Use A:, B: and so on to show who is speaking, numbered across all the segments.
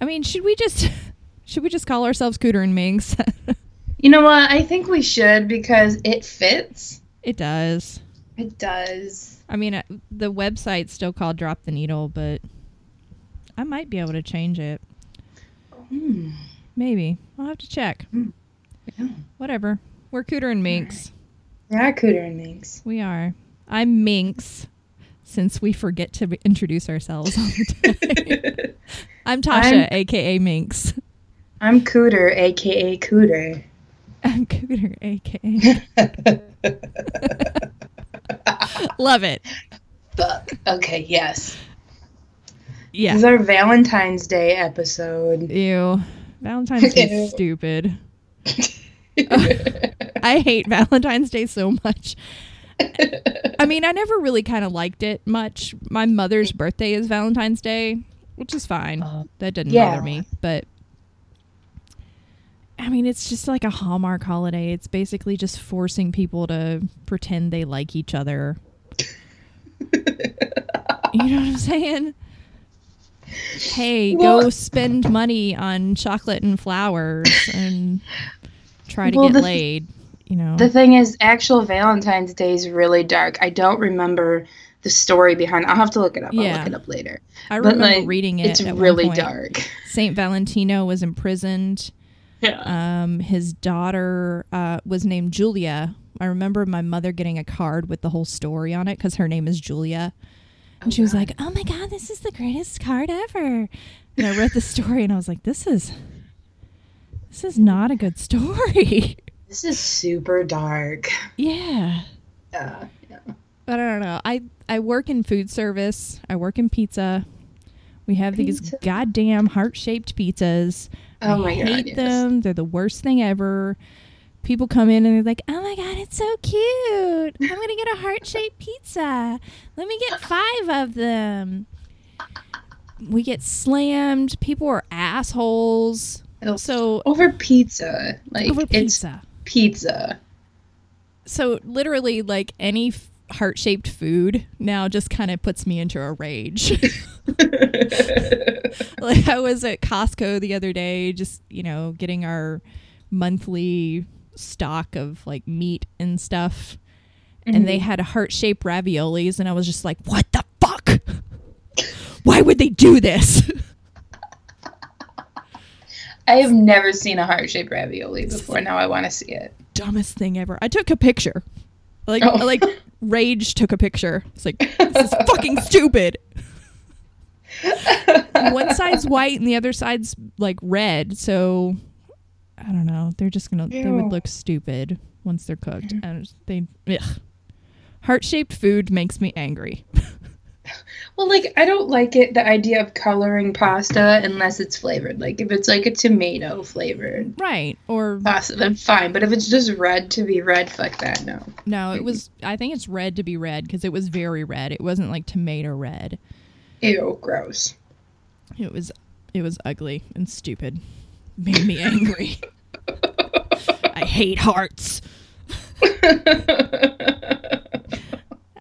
A: I mean, should we just should we just call ourselves Cooter and Minx?
B: You know what? I think we should because it fits.
A: it does.
B: It does.
A: I mean, uh, the website's still called Drop the Needle, but I might be able to change it.
B: Hmm.
A: Maybe. I'll have to check.
B: Mm. Yeah.
A: Whatever. We're Cooter and Minx.
B: Yeah, Cooter and Minx.
A: We are. I'm Minx, since we forget to introduce ourselves all the time. I'm Tasha, aka Minx.
B: I'm Cooter, aka Cooter.
A: I'm Cooter, aka. Love it.
B: Fuck. Okay, yes. This
A: Yeah.
B: is our Valentine's Day episode.
A: Ew. Valentine's
B: Ew.
A: Day's stupid. I hate Valentine's Day so much. I mean, I never really kind of liked it much. My mother's birthday is Valentine's Day, which is fine.
B: Oh.
A: That didn't
B: Yeah.
A: bother me, but I mean, it's just like a Hallmark holiday. It's basically just forcing people to pretend they like each other. you know what I'm saying? Hey, go
B: Well-
A: spend money on chocolate and flowers and try to
B: Well,
A: get
B: the-
A: laid, you know.
B: The thing is, actual Valentine's Day is really dark. I don't remember the story behind. I'll have to look it up. I'll
A: Yeah.
B: look it up later.
A: I
B: but,
A: remember
B: like,
A: reading it.
B: it's
A: at one
B: really
A: point.
B: dark.
A: Saint Valentino was imprisoned.
B: Yeah.
A: Um, his daughter uh, was named Julia. I remember my mother getting a card with the whole story on it because her name is Julia. And she was like, "Oh my god, this is the greatest card ever!" And I read the story, and I was like, "This is, this is not a good story."
B: This is super dark. Uh,
A: yeah,
B: Yeah.
A: but I don't know. I I work in food service. I work in pizza. We have these
B: Pizza.
A: goddamn heart shaped pizzas.
B: Oh my
A: I
B: god.
A: hate
B: yes.
A: them. They're the worst thing ever. People come in and they're like, "Oh my god, it's so cute! I'm gonna get a heart shaped pizza. Let me get five of them." We get slammed. People are assholes.
B: It'll-
A: So
B: over pizza. Like
A: over
B: it's
A: pizza.
B: pizza.
A: So literally, like any f- heart shaped food now just kind of puts me into a rage. like I was at Costco the other day, just you know, getting our monthly stock of like meat and stuff, and they had heart shaped raviolis, and I was just like, "What the fuck? Why would they do this?"
B: I have never seen a heart shaped ravioli before. Now I want to see it.
A: Dumbest thing ever. I took a picture, like
B: Oh.
A: like rage took a picture. It's like this is fucking stupid. One side's white and the other side's like red, so I don't know. They're just gonna they
B: Ew. Mm-hmm.
A: would look stupid once they're cooked. And they heart shaped food makes me angry.
B: Well, like I don't like it the idea of coloring pasta unless it's flavored. Like if it's like a tomato flavored
A: Right. Or
B: pasta, then fine. But if it's just red to be red, fuck that. No.
A: no, it was I think it's red to be red because it was very red. It wasn't like tomato red.
B: Ew, gross.
A: It was it was ugly and stupid. Made me angry. I hate hearts.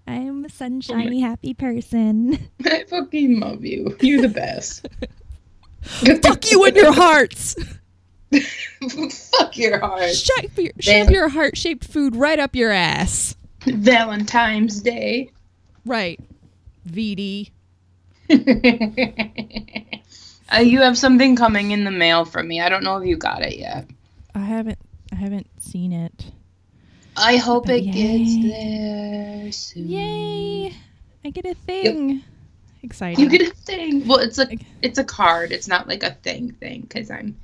A: I'm a sunshiny happy person.
B: I fucking love you. You're the best.
A: Fuck you and your hearts.
B: fuck your heart.
A: Shove your, shove your heart-shaped food right up your ass.
B: Valentine's Day.
A: Right. VD.
B: Uh, you have something coming in the mail from me. I don't know if you got it yet.
A: I haven't I haven't seen it.
B: I hope it
A: Yay.
B: gets there soon.
A: Yay! I get a thing. Exciting.
B: You get a thing. Well, it's a
A: Okay.
B: it's a card. It's not like a thing thing because I'm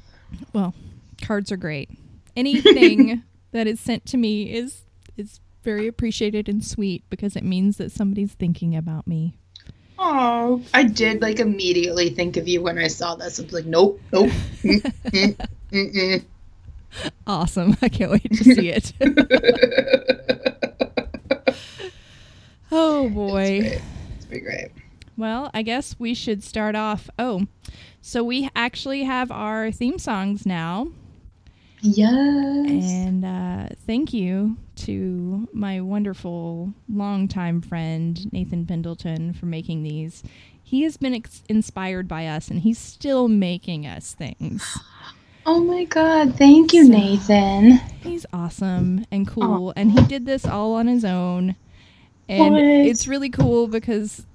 A: Cards are great. Anything that is sent to me is is very appreciated and sweet because it means that somebody's thinking about me.
B: Oh, I did like immediately think of you when I saw this. I was like, nope, nope. mm, mm, mm,
A: Awesome. I can't wait to see it.
B: mm.
A: oh boy.
B: it's pretty great.
A: Well, I guess we should start off. Oh, so we actually have our theme songs now.
B: Yes.
A: And uh, thank you to my wonderful longtime friend, Nathan Pendleton, for making these. He has been ex- inspired by us and he's still making us things.
B: Oh my God. Thank you,
A: So-
B: Nathan.
A: He's awesome and cool and he did this all on his own. And
B: What?
A: it's really cool because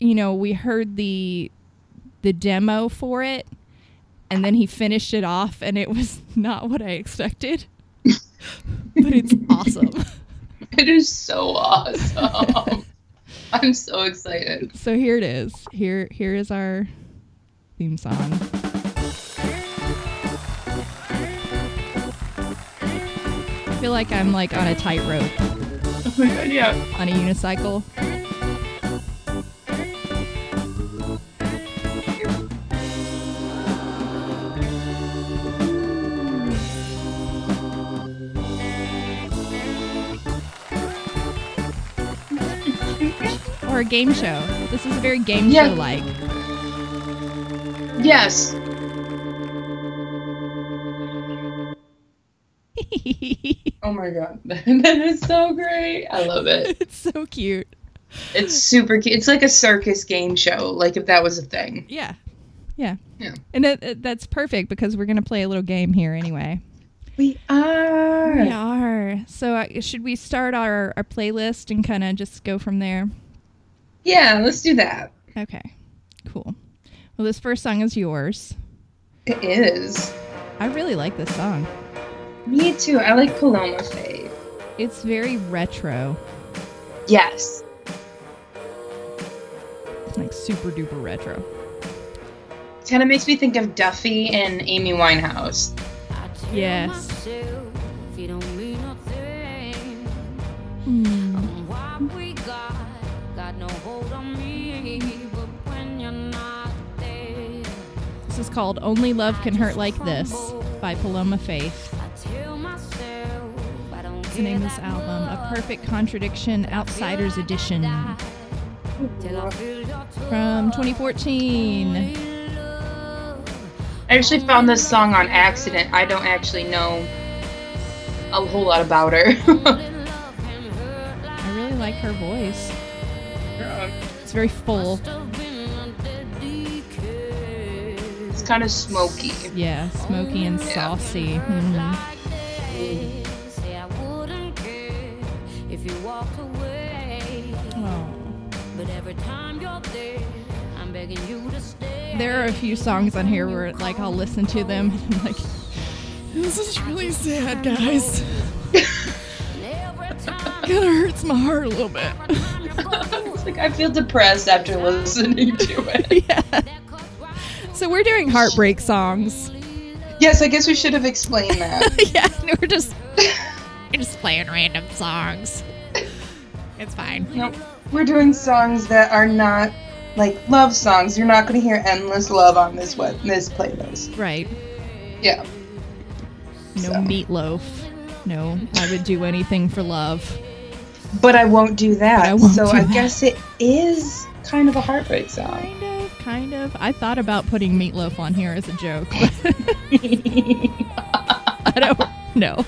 A: you know, we heard the the demo for it and then he finished it off and it was not what I expected. but it's awesome.
B: It is so awesome. I'm so excited.
A: So here it is. Here here is our theme song. I feel like I'm like on a tightrope
B: Oh my God. Yeah.
A: on a unicycle. Or a game show. This is very game
B: Yeah.
A: show like.
B: Yes. Oh my God. that is so great. I love it.
A: it's so cute.
B: It's super cute. It's like a circus game show, like if that was a thing.
A: Yeah. Yeah.
B: Yeah.
A: And it, it- that's perfect because we're going to play a little game here anyway.
B: We are.
A: We are. So, uh, should we start our, our playlist and kind of just go from there?
B: Yeah, let's do that.
A: Okay. Cool. Well, this first song is yours.
B: It is.
A: I really like this song.
B: Me too. I like Paloma Fade.
A: It's very retro.
B: Yes.
A: It's like super duper retro.
B: Kind of makes me think of Duffy and Amy Winehouse.
A: Yes.
C: Yes. You don't mean a thing.
A: Hmm. Um,
C: What we got got no hold on me, but when you're not there,
A: This is called Only Love Can Hurt Like This by Paloma Faith.
C: I tell myself I don't
A: It's the name of this album. A perfect contradiction, Outsiders Edition from 2014.
B: I actually found this song on accident. I don't actually know a whole lot about her.
A: I really like her voice.
B: it's
A: It's very full.
B: kind of smoky.
A: Yeah, smoky and saucy. Mhm.
C: If you walked away, but every time you're there, I'm begging you to stay.
A: There are a few songs on here where like I'll listen to them and I'm like this is really sad, guys.
C: Every time,
A: Kind of hurts my heart a little bit.
C: every time you go,
B: It's like I feel depressed after listening to it.
A: yeah. So we're doing heartbreak songs.
B: Yes, I guess we should have explained that.
A: yeah, and we're just we're just playing random songs. It's fine.
B: no, we're doing songs that are not like love songs. You're not going to hear endless love on this web- this playlist.
A: Right.
B: Yeah.
A: No
B: So.
A: meatloaf. No, I would do anything for love.
B: But I won't do that.
A: But I won't
B: so
A: do
B: I
A: that.
B: guess it is kind of a heartbreak song.
A: Kind of, kind of. I thought about putting meatloaf on here as a joke, but I don't know.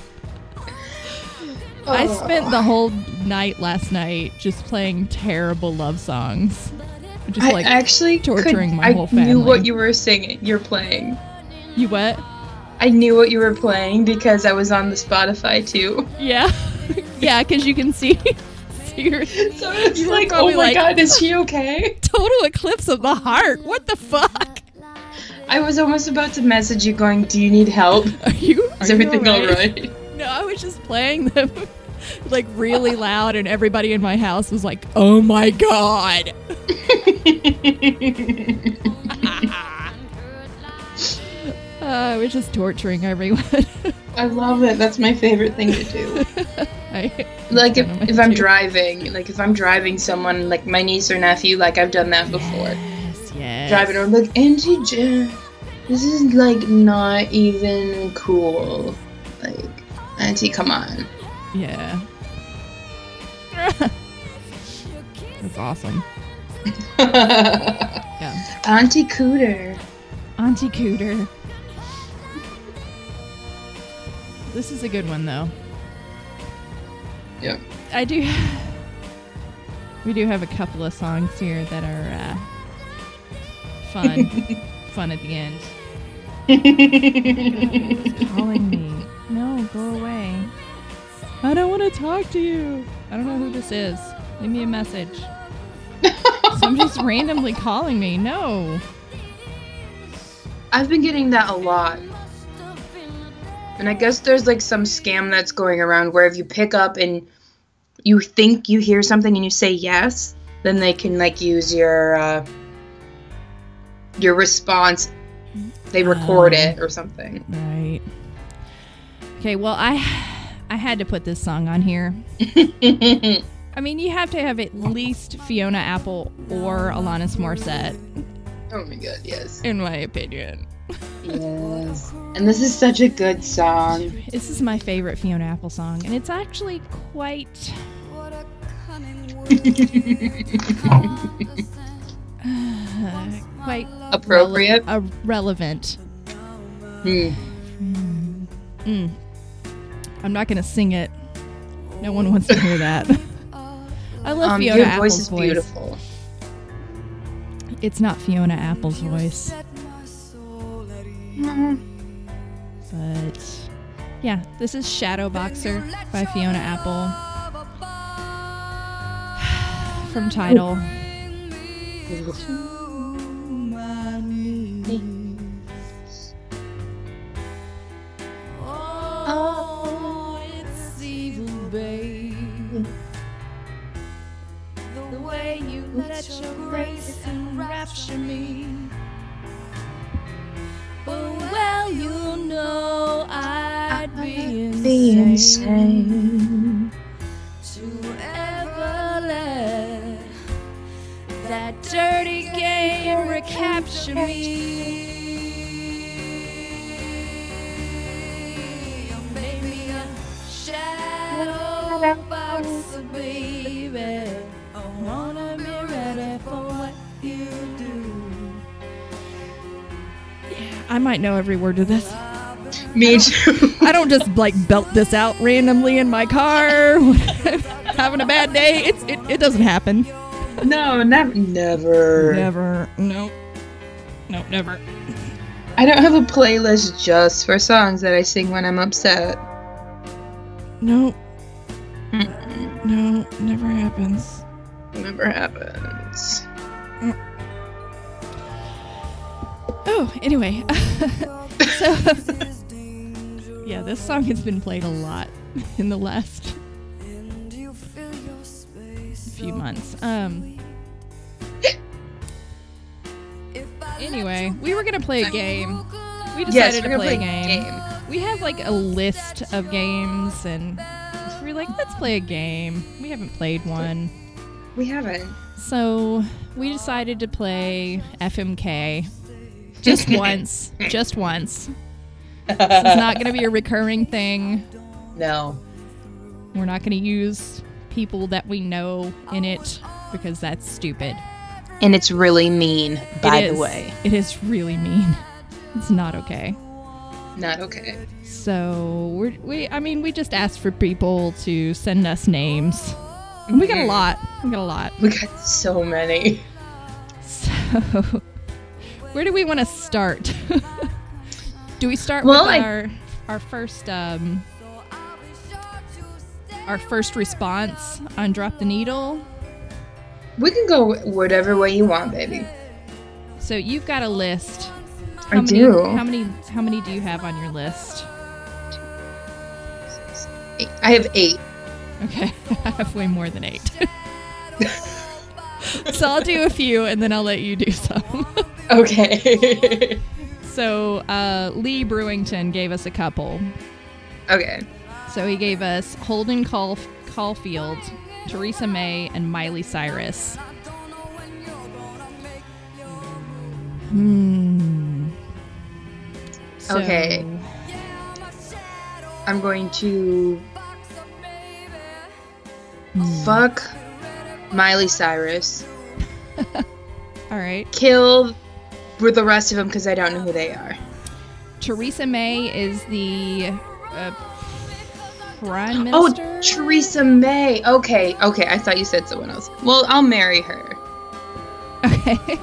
B: Oh.
A: I spent the whole night last night just playing terrible love songs. Just like
B: I actually
A: torturing my
B: I
A: whole
B: knew
A: family.
B: what you were singing. You're playing.
A: you what?
B: I knew what you were playing because I was on the Spotify too.
A: Yeah, yeah, because you can see. see your
B: So it's
A: You were
B: like, oh
A: probably
B: my
A: like-
B: god, is she okay?
A: total eclipse of the heart. What the fuck?
B: I was almost about to message you, going, "Do you need help?
A: Are you?
B: Is
A: are you
B: everything all right?"
A: No, I was just playing them like really loud, and everybody in my house was like, "Oh my god." Uh, I was just torturing everyone.
B: I love it. That's my favorite thing to do.
A: I,
B: Like if,
A: Kinda me
B: if I'm
A: too.
B: driving, like if I'm driving someone, like my niece or nephew, like I've done that before.
A: yes, yes.
B: Driving around, like Auntie Jen, this is like not even cool. Like Auntie, come on.
A: Yeah. That's awesome. Yeah.
B: Auntie Cooter.
A: Auntie Cooter. This is a good one though.
B: Yeah.
A: I do. We do have a couple of songs here that are uh, fun. fun at the end. He's calling me. No, go away. I don't want to talk to you. I don't know who this is. Leave me a message. I'm just randomly calling me. No.
B: I've been getting that a lot. And I guess there's like some scam that's going around where if you pick up and you think you hear something and you say yes, then they can like use your uh, your response. They record
A: Oh.
B: it or something.
A: Right. Okay, well, I I had to put this song on here. I mean, you have to have at least Fiona Apple or Alanis Morissette,
B: oh my god, yes,
A: in my opinion.
B: yes. And this is such a good song.
A: This is my favorite Fiona Apple song, and it's actually quite.
C: What a cunning word.
A: Uh, quite
B: Appropriate.
A: rele- uh, relevant.
B: Hmm.
A: Mm. I'm not gonna sing it. No one wants to hear that. I love
B: Um,
A: Fiona
B: your
A: Apple's
B: voice is
A: voice.
B: beautiful.
A: It's not Fiona Apple's voice, but yeah, this is Shadow Boxer by Fiona Apple from Tidal.
C: Oh, it's evil, babe. The way you let your grace enrapture me. Oh, well, you know I'd be insane to ever let that dirty game recapture me. Oh, baby, a shadow boxer, baby. I wanna be ready for what you do.
A: I might know every word to this.
B: Me too.
A: I don't just like belt this out randomly in my car when I'm having a bad day. It's it, it doesn't happen.
B: no, never, never.
A: Never. Nope. Nope, never.
B: I don't have a playlist just for songs that I sing when I'm upset.
A: Nope. No, never happens.
B: Never happens.
A: Oh, anyway. so, yeah, this song has been played a lot in the last few months. Um. Anyway, we were gonna play a game. We decided
B: Yes, we're
A: to
B: gonna
A: play,
B: play
A: a game.
B: game.
A: We have like a list of games, and we're like, let's play a game. We haven't played one.
B: We haven't.
A: So we decided to play FMK just once, just once. This is not going to be a recurring thing.
B: No.
A: We're not going to use people that we know in it because that's stupid.
B: And it's really mean,
A: It is- it is really mean. It's not okay.
B: Not okay.
A: So we're, we, I mean, we just asked for people to send us names. And we got a lot. We got a lot.
B: We got so many.
A: So, where do we want to start? do we start
B: Well,
A: with
B: I-
A: our our first um, our first response on drop the needle?
B: We can go whatever way you want, baby.
A: So you've got a list. How
B: I
A: many,
B: do.
A: How many? How many do you have on your list?
B: Eight- I have eight.
A: Okay, I have way more than eight. so I'll do a few, and then I'll let you do some.
B: Okay.
A: so uh, Lee Brewington gave us a couple.
B: okay.
A: So he gave us Holden Caulf- Caulfield, Theresa May, and Miley Cyrus. Hmm. So-
B: Okay. I'm going to fuck Miley Cyrus.
A: All right.
B: Kill with the rest of them because I don't know who they are.
A: Theresa May is the uh, prime
B: Oh,
A: minister.
B: Theresa May. Okay, okay. I thought you said someone else. Well, I'll marry her.
A: Okay.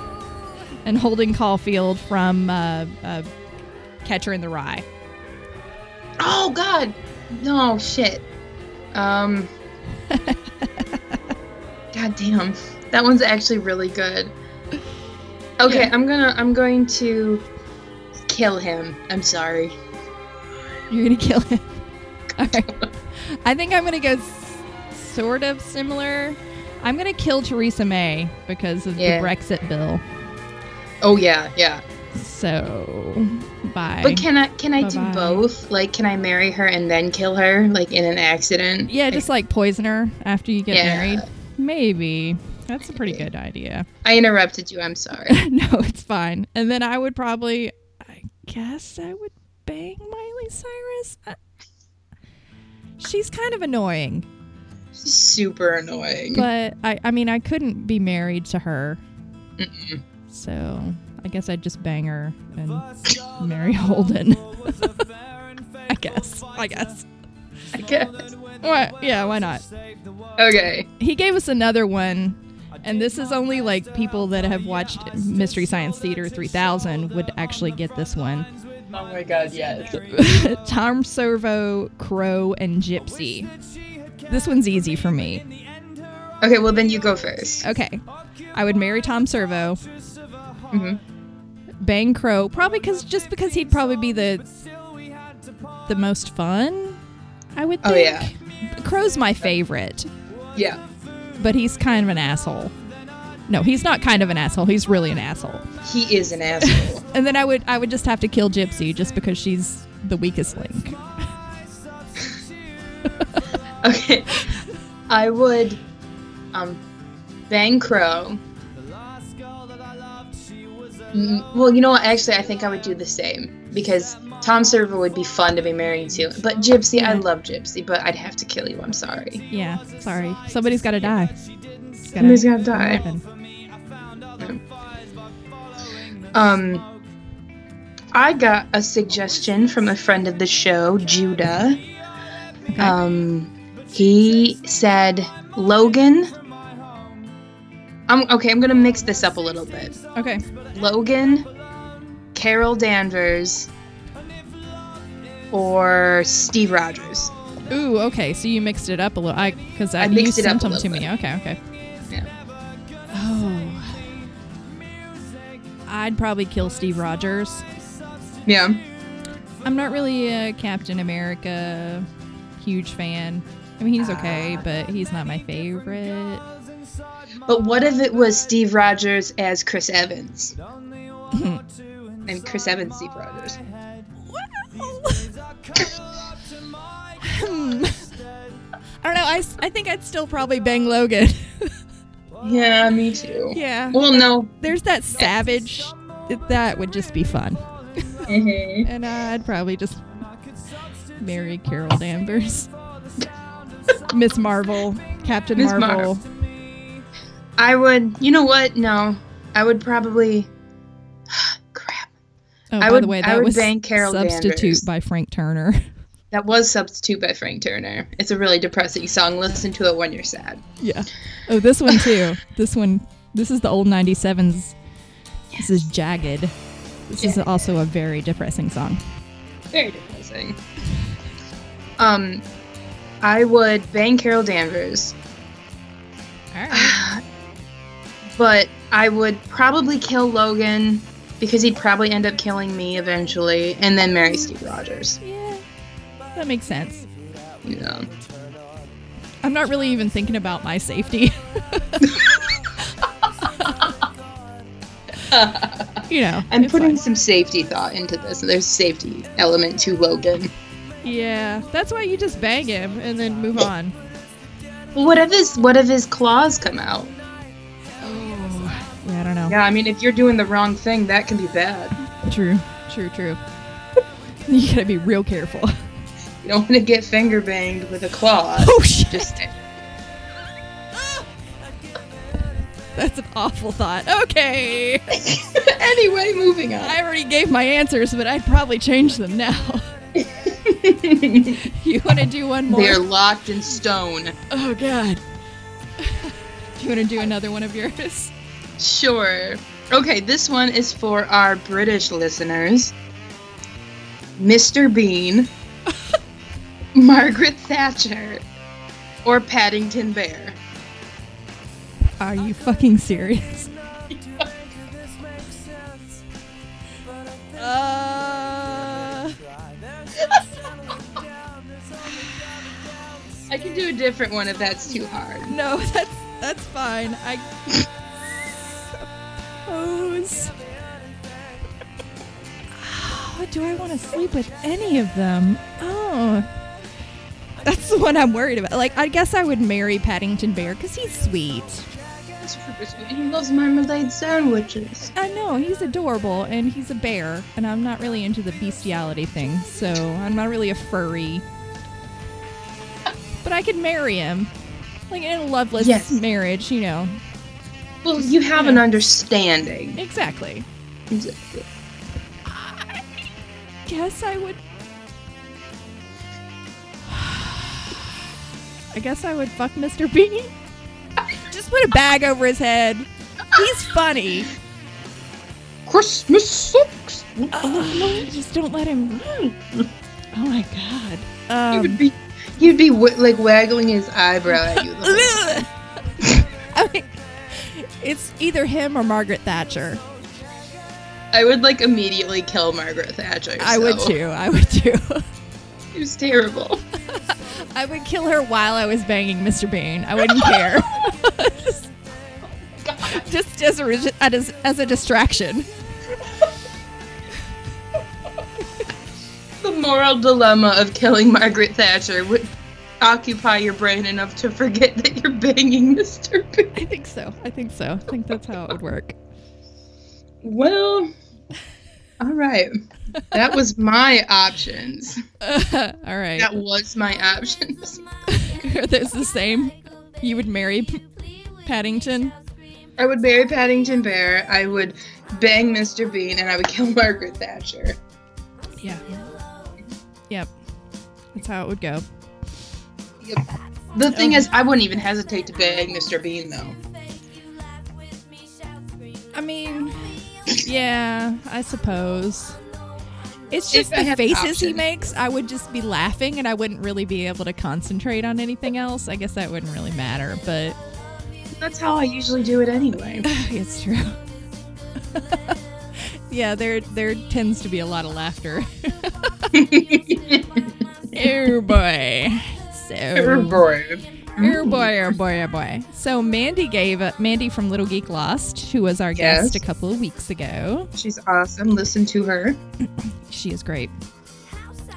A: and Holden Caulfield from uh, uh, Catcher in the Rye.
B: Oh God, no shit. Um, God damn, that one's actually really good. Okay, I'm gonna I'm going to kill him. I'm sorry.
A: You're gonna kill him. All right. I think I'm gonna go s- sort of similar. I'm gonna kill Theresa May because of
B: Yeah.
A: the Brexit bill.
B: Oh yeah, yeah.
A: So bye.
B: But can I can I do
A: Bye-bye.
B: both? Like, can I marry her and then kill her, like in an accident?
A: yeah, just like poison her after you get
B: Yeah.
A: married. Maybe. That's a pretty good idea.
B: I interrupted you. I'm sorry.
A: no, it's fine. And then I would probably, I guess I would bang Miley Cyrus. I- She's kind of annoying,
B: She's super annoying.
A: but I, I mean, I couldn't be married to her. So I guess I'd just bang her and marry Holden. I guess. I guess.
B: I guess.
A: Why, yeah, why not?
B: Okay.
A: He gave us another one. And this is only like people that have watched Mystery Science Theater 3000 would actually get this one.
B: Oh my God. Yes.
A: Tom Servo, Crow, and Gypsy. This one's easy for me.
B: Okay. Well, then you go first.
A: Okay. I would marry Tom Servo,
B: Mhm.
A: bang Crow, probably because just because he'd probably be the the most fun. I would
B: Oh,
A: think.
B: yeah.
A: Crow's my favorite,
B: Yeah.
A: but he's kind of an asshole. No, he's not kind of an asshole. He's really an asshole.
B: He is an asshole.
A: And then I would I would just have to kill Gypsy just because she's the weakest link.
B: Okay. I would um bang Crow. Mm, Well, you know what? Actually, I think I would do the same because Tom Servo would be fun to be married to. But Gypsy, I love Gypsy, but I'd have to kill you. I'm sorry.
A: Yeah, sorry. Somebody's got to die. It's gotta
B: Somebody's gotta die.
A: happen.
B: Um, I got a suggestion from a friend of the show, Judah.
A: Okay.
B: Um, he said Logan. I'm okay. I'm gonna mix this up a little bit.
A: okay.
B: Logan, Carol Danvers, or Steve Rogers.
A: Ooh, okay. So you mixed it up a little. I because
B: I
A: I, you
B: mixed it up
A: sent
B: a
A: them to
B: little
A: me.
B: bit.
A: Okay, okay.
B: Yeah.
A: Oh. I'd probably kill Steve Rogers.
B: Yeah.
A: I'm not really a Captain America huge fan. I mean, he's okay,
B: Ah.
A: but he's not my favorite.
B: But what if it was Steve Rogers as Chris Evans? and Chris Evans, Steve Rogers.
A: Hmm. I don't know. I, s- I think I'd still probably bang Logan.
B: Yeah, me too.
A: yeah.
B: Well, no.
A: There's that savage. That would just be fun.
B: Mhm.
A: And uh, I'd probably just marry Carol Danvers. Miss Marvel, Captain
B: Miss
A: Marvel.
B: I would. You know what? No, I would probably. Crap.
A: Oh,
B: I
A: by
B: would-
A: the way,
B: I
A: that
B: would
A: was
B: bang Carol
A: Substitute
B: Danvers.
A: by Frank Turner.
B: That was substitute by Frank Turner. It's a really depressing song. Listen to it when you're sad.
A: yeah. Oh, this one too. this one. This is the old 97s. This is Jagged. This is
B: Jagged.
A: also a very depressing song.
B: Very depressing. Um, I would bang Carol Danvers,
A: All right.
B: but I would probably kill Logan because he'd probably end up killing me eventually, and then marry Steve Rogers.
A: yeah. That makes sense.
B: You know.
A: I'm not really even thinking about my safety. you know,
B: I'm
A: it's
B: putting
A: fine.
B: some safety thought into this. There's safety element to Logan.
A: Yeah, that's why you just bang him and then move on.
B: Well, what if his what if his claws come out?
A: Yeah, I don't know.
B: Yeah, I mean, if you're doing the wrong thing, that can be bad.
A: True, true, true. you gotta be real careful.
B: You don't want to get finger banged with a claw.
A: Oh shit,
B: Just
A: that's an awful thought. Okay,
B: anyway, moving on.
A: I already gave my answers, but I'd probably change them now. you want to do one more?
B: They're locked in stone.
A: Oh god. do you want to do another one of yours?
B: Sure. Okay, this one is for our British listeners. Mr. Bean, Margaret Thatcher, or Paddington Bear.
A: Are you fucking serious?
D: Uh,
B: I can do a different one if that's too hard.
A: no, that's that's fine. I suppose. Oh, do I want to sleep with any of them? Oh, that's the one I'm worried about. Like, I guess I would marry Paddington Bear because he's sweet.
B: That's super sweet. He loves marmalade sandwiches.
A: I know he's adorable and he's a bear, and I'm not really into the bestiality thing, so I'm not really a furry. But I could marry him, like in a loveless
B: Yes.
A: marriage, you know.
B: Well, you have an understanding.
A: Exactly.
B: Exactly.
A: Guess I would. I guess I would fuck Mr. Bean. Just put a bag over his head. He's funny.
B: Christmas sucks.
A: Ugh, just don't let him. Oh my god. Um,
B: he would be, he'd be w- like waggling his eyebrow at you. the whole time.
A: I mean, it's either him or Margaret Thatcher.
B: I would like immediately kill Margaret Thatcher.
A: I would
B: so-
A: too. I would too.
B: It was terrible.
A: I would kill her while I was banging Mr. Bean. I wouldn't care. just as a, re- as, as a distraction.
B: The moral dilemma of killing Margaret Thatcher would occupy your brain enough to forget that you're banging Mr. Bean.
A: I think so. I think so. I think that's how it would work.
B: Well, all right. That was my options.
A: all right.
B: That was my options.
A: Are those the same? You would marry Paddington?
B: I would marry Paddington Bear. I would bang Mr. Bean, and I would kill Margaret Thatcher.
A: Yeah. Yep. That's how it would go.
B: The thing is, I wouldn't even hesitate to bang Mr. Bean though.
A: I mean, yeah, I suppose. It's just
B: If I
A: the
B: had the
A: faces he
B: option.
A: makes. I would just be laughing and I wouldn't really be able to concentrate on anything else. I guess that wouldn't really matter, but
B: That's how I usually do it anyway.
A: it's true. yeah, there there tends to be a lot of laughter. oh boy. So Oh boy, oh boy, oh boy. So Mandy gave uh, Mandy from Little Geek Lost, who was our
B: Yes.
A: guest a couple of weeks ago.
B: She's awesome. Listen to her.
A: She is great.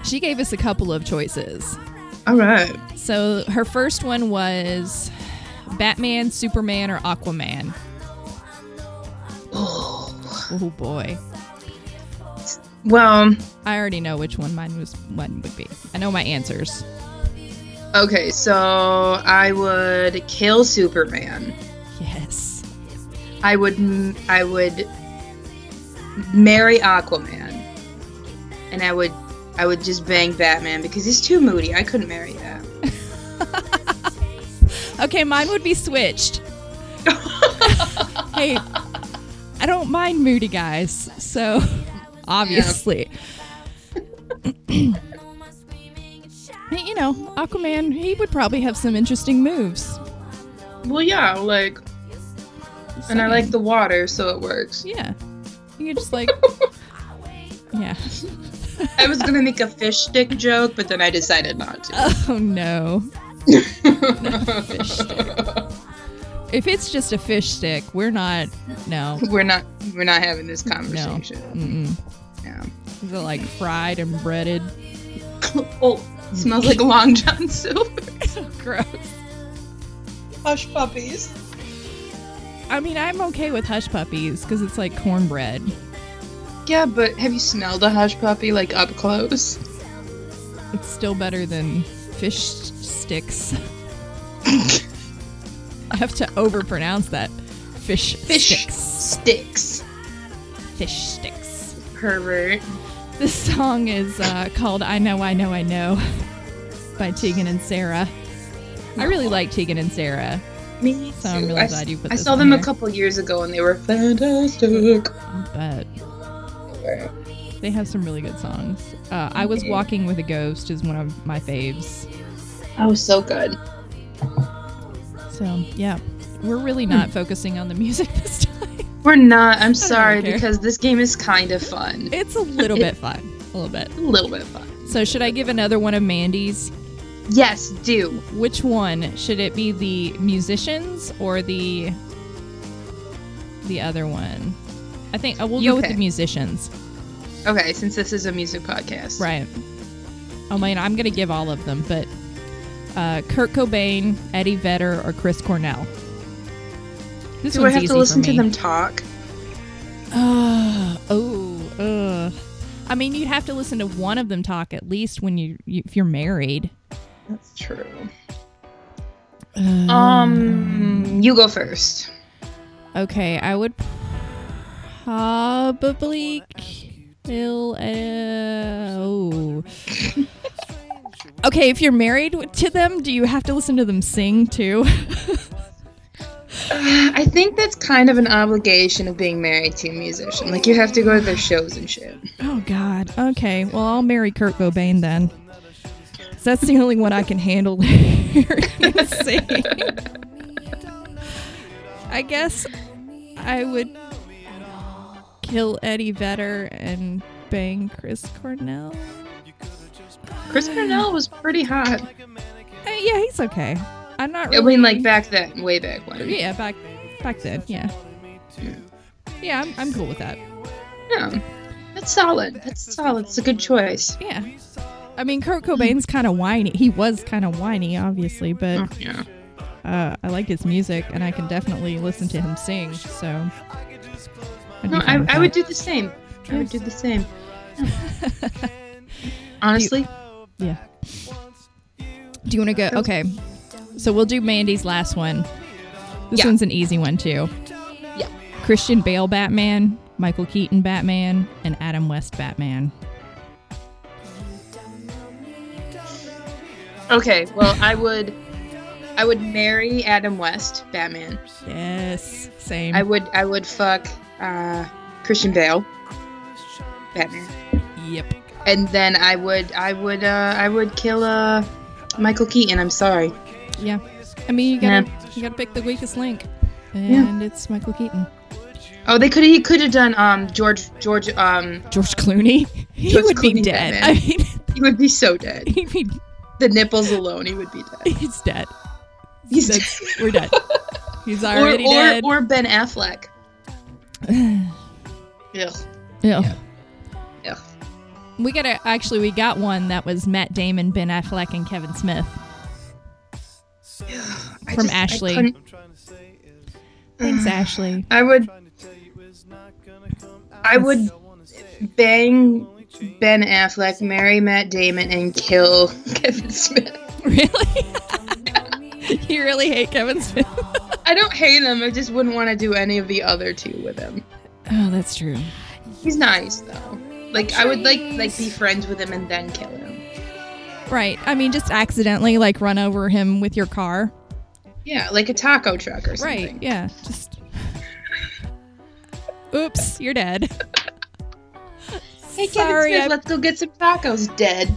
A: She gave us a couple of choices.
B: All right.
A: So her first one was Batman, Superman, or Aquaman. Oh boy.
B: Well,
A: I already know which one mine was one would be. I know my answers.
B: okay, so I would kill Superman.
A: Yes.
B: I would m- I would marry Aquaman. And I would I would just bang Batman because he's too moody. I couldn't marry that.
A: Okay, mine would be switched. hey, I don't mind moody guys, so obviously. Hey, you know, Aquaman, he would probably have some interesting moves.
B: Well, yeah, like and I
A: So-
B: like the water, so it works.
A: Yeah. You could just like Yeah.
B: I was gonna make a fish stick joke, but then I decided not to.
A: Oh no.
B: Oh.
A: fish stick. If it's just a fish stick, we're not no.
B: We're not we're not having this
A: No.
B: conversation.
A: Mm-mm.
B: No.
A: Is it like fried and breaded?
B: oh, smells like Long John Silver.
A: Gross.
B: Hush puppies.
A: I mean, I'm okay with hush puppies because it's like cornbread.
B: Yeah, but have you smelled a hush puppy like up close?
A: It's still better than fish sticks. I have to overpronounce that. Fish, sticks.
B: sticks.
A: Fish sticks.
B: Pervert.
A: This song is uh, called I Know, I Know, I Know by Tegan and Sarah. I really like Tegan and Sarah.
B: Me
A: So I'm
B: too.
A: really
B: I,
A: glad you put
B: I
A: this
B: saw
A: on
B: them a
A: here.
B: couple years ago and they were fantastic.
A: but they have some really good songs. Uh, I was
B: Mhm.
A: walking with a ghost is one of my faves.
B: Oh, so good.
A: So yeah, we're really not focusing on the music this time.
B: We're not. I'm sorry
A: care.
B: because this game is kind of fun.
A: It's a little bit fun, a little bit.
B: A little bit fun.
A: So should I give another one of Mandy's?
B: Yes, do.
A: Which one should it be? The musicians or the the other one? I think uh, we'll
B: You
A: go with
B: pick.
A: the musicians.
B: Okay, since this is a music podcast.
A: Right. Oh man, I'm gonna give all of them, but uh, Kurt Cobain, Eddie Vedder, or Chris Cornell. This
B: Do I
A: one's
B: have
A: easy
B: to listen
A: for
B: to
A: me.
B: them talk?
A: Uh, oh, uh. I mean, you'd have to listen to one of them talk at least when you, you if you're married.
B: That's true.
A: Uh,
B: Um, you go first.
A: Okay, I would probably kill. A, oh. okay, if you're married to them, do you have to listen to them sing too?
B: I think that's kind of an obligation of being married to a musician. Like you have to go to their shows and shit.
A: oh God. Okay, well I'll marry Kurt Cobain then. 'Cause That's the only one I can handle. hearing sing. I guess I would kill Eddie Vedder and bang Chris Cornell.
B: Chris Cornell was pretty hot.
A: Uh, yeah, he's okay. I'm not
B: I
A: really.
B: mean, like back then, way back when.
A: Yeah, back back then. Yeah. Yeah, I'm, I'm cool with that.
B: Yeah, that's solid. That's solid. It's a good choice.
A: Yeah. I mean, Kurt Cobain's kind of whiny. He was kind of whiny, obviously, but
B: Yeah.
A: uh, I like his music, and I can definitely listen to him sing. So. I'd be
B: No,
A: fine with
B: I, I would
A: that.
B: do the same. I would do the same. Honestly,
A: Yeah. Do you want to go? Okay. So we'll do Mandy's last one. This
B: Yeah.
A: one's an easy one too.
B: Yeah.
A: Christian Bale Batman, Michael Keaton Batman, and Adam West Batman.
B: okay. Well, I would, I would marry Adam West, Batman.
A: Yes. Same.
B: I would, I would fuck uh, Christian Bale, Batman,
A: yep.
B: and then I would, I would, uh, I would kill uh, Michael Keaton. I'm sorry.
A: Yeah. I mean, you gotta you gotta pick the weakest link, and it's Michael Keaton.
B: Oh, they could, he could have done um George, George, um,
A: George Clooney. He
B: George
A: would be
B: Clooney
A: dead.
B: Batman.
A: I mean,
B: he would be so dead.
A: he'd be
B: The nipples alone, he would be dead.
A: he's dead.
B: He's
A: That's- We're dead. He's
B: or,
A: already
B: or,
A: dead.
B: or Ben Affleck. Ugh.
A: yeah.
B: Ugh.
A: We got to actually we got one that was Matt Damon, Ben Affleck, and Kevin Smith.
B: I
A: From
B: just- I
A: Ashley.
B: couldn't-
A: Thanks, Ashley.
B: I, would. I would bang Ben Affleck, marry Matt Damon, and kill Kevin Smith.
A: Really? you really hate Kevin Smith?
B: I don't hate him. I just wouldn't want to do any of the other two with him.
A: Oh, that's true.
B: He's nice though. Like I would like like be friends with him and then kill him.
A: Right. I mean, just accidentally like run over him with your car.
B: Yeah, like a taco truck or something.
A: Right. Yeah. Just. Oops, you're dead.
B: Hey, Kevin
A: Sorry.
B: Smith,
A: I-
B: let's go get some tacos. Dead.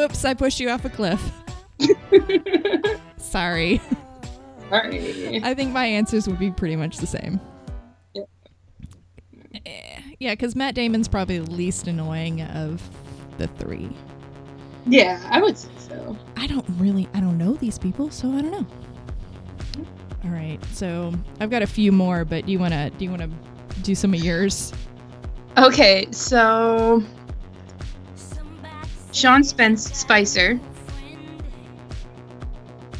A: Oops, I pushed you off a cliff. Sorry.
B: Sorry.
A: I think my answers would be pretty much the same.
B: Yeah.
A: Eh, Yeah, because Matt Damon's probably the least annoying of the three.
B: Yeah, I would say so.
A: I don't really, I don't know these people, so I don't know. All right, so I've got a few more, but do you wanna do you wanna do some of yours?
B: Okay, so Sean Spence Spicer.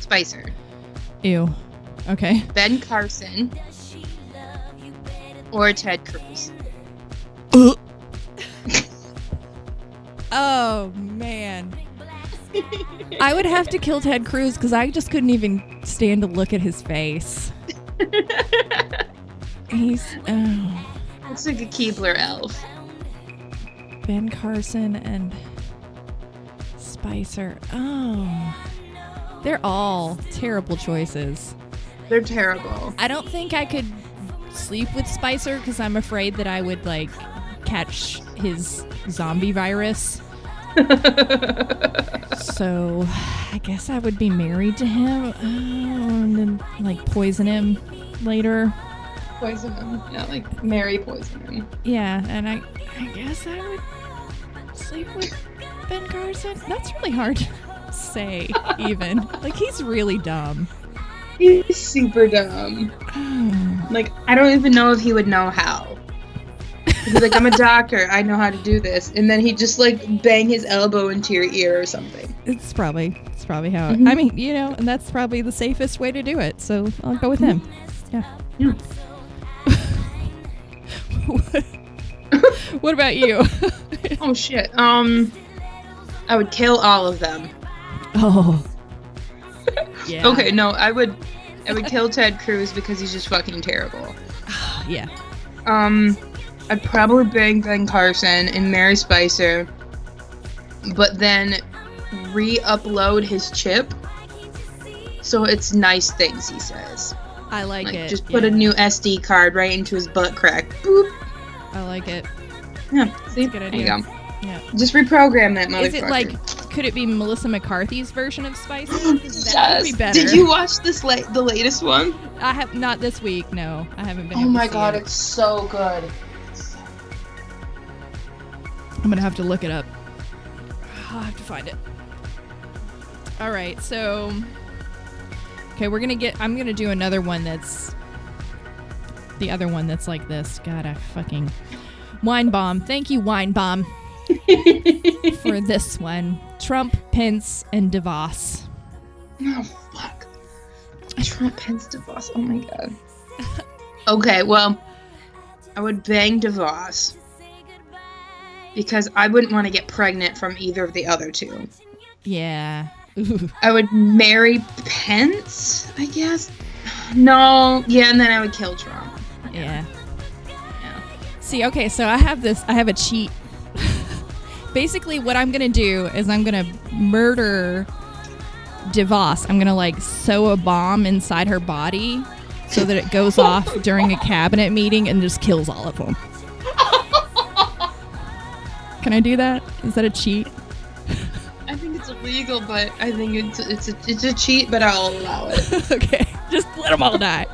B: Spicer.
A: Ew. Okay.
B: Ben Carson. Or Ted Cruz.
A: Oh man. I would have to kill Ted Cruz because I just couldn't even stand to look at his face. He's oh,
B: Looks like a Keebler elf.
A: Ben Carson and Spicer. Oh, they're all terrible choices.
B: They're terrible.
A: I don't think I could sleep with Spicer because I'm afraid that I would like catch his zombie virus. so I guess I would be married to him oh, and then like poison him later.
B: Poison them. Yeah, like Mary poison them.
A: Yeah, and I I guess I would sleep with Ben Carson. That's really hard to say even. like he's really dumb.
B: He's super dumb. Like I don't even know if he would know how. He's like, I'm a doctor. I know how to do this, and then he just like bang his elbow into your ear or something.
A: It's probably it's probably how
B: Mhm.
A: I mean, you know, and that's probably the safest way to do it. So I'll go with him. Mm-hmm. Yeah.
B: Yeah.
A: what about you?
B: Oh shit. Um, I would kill all of them.
A: oh. Yeah.
B: Okay, no, I would. I would kill Ted Cruz because he's just fucking terrible.
A: Yeah.
B: Um, I'd probably bang Ben Carson and Mary Spicer, but then re-upload his chip. So it's nice things he says.
A: I like,
B: Like
A: it.
B: just put
A: yeah.
B: a new SD card right into his butt crack. Boop.
A: I like it.
B: Yeah. See,
A: a good
B: there you
A: idea.
B: go.
A: Yeah.
B: Just reprogram that motherfucker.
A: Is it like could it be Melissa McCarthy's version of Spicer? 'Cause That would be better.
B: Did you watch this late the latest one?
A: I have not this week. No, I haven't been.
B: Oh
A: able
B: my
A: to see
B: god,
A: it.
B: it's so good.
A: I'm gonna have to look it up. I'll have to find it. All right, so okay, we're gonna get. I'm gonna do another one that's the other one that's like this. God, I fucking wine bomb. Thank you, wine bomb, for this one. Trump, Pence, and DeVos.
B: Oh fuck. Trump Pence DeVos. Oh my god. Okay, well, I would bang DeVos because I wouldn't want to get pregnant from either of the other two.
A: Yeah. Ooh.
B: I would marry Pence, I guess. No, yeah, and then I would kill Trump.
A: Yeah. See, okay, so I have this. I have a cheat. Basically, what I'm gonna do is I'm gonna murder DeVos. I'm gonna like sew a bomb inside her body so that it goes off during a cabinet meeting and just kills all of them. Can I do that? Is that a cheat?
B: I think it's illegal, but I think it's it's a, it's a cheat, but I'll allow it.
A: okay, just let them all die.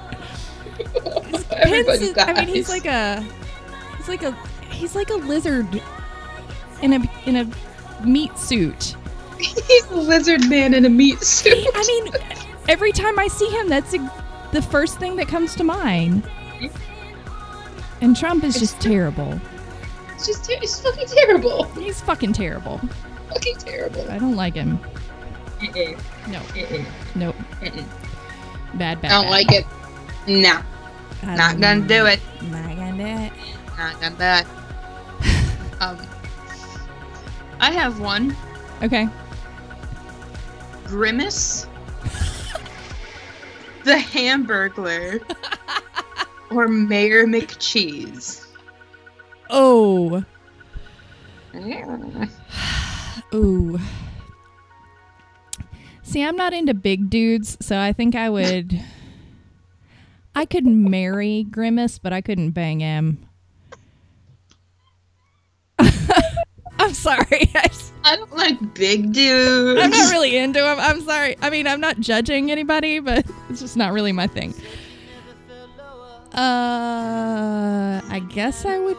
A: Pence
B: Everybody
A: is-
B: dies.
A: I mean, he's like a, he's like a, he's like a lizard in a in a meat suit.
B: he's a lizard man in a meat suit.
A: I mean, every time I see him, that's ex- the first thing that comes to mind.
B: Mm-hmm.
A: And Trump is just terrible.
B: It's just ter- it's fucking terrible.
A: He's fucking terrible.
B: Fucking terrible.
A: I don't like him.
B: Mm-mm,
A: No,
B: mm-mm,
A: nope.
B: mm-mm.
A: Bad, bad.
B: Uh-uh.
A: bad.
B: Don't like it. No,
A: I'm
B: not gonna do it.
A: Not gonna do it.
B: Not gonna do it. Um, I have one
A: Okay.
B: grimace, the Hamburglar, or Mayor McCheese.
A: Oh. Ooh. See, I'm not into big dudes, so I think I would. I could marry Grimace, but I couldn't bang him. I'm sorry. I just-
B: I don't like big dudes.
A: I'm not really into him. I'm sorry. I mean, I'm not judging anybody, but it's just not really my thing. Uh, I guess I would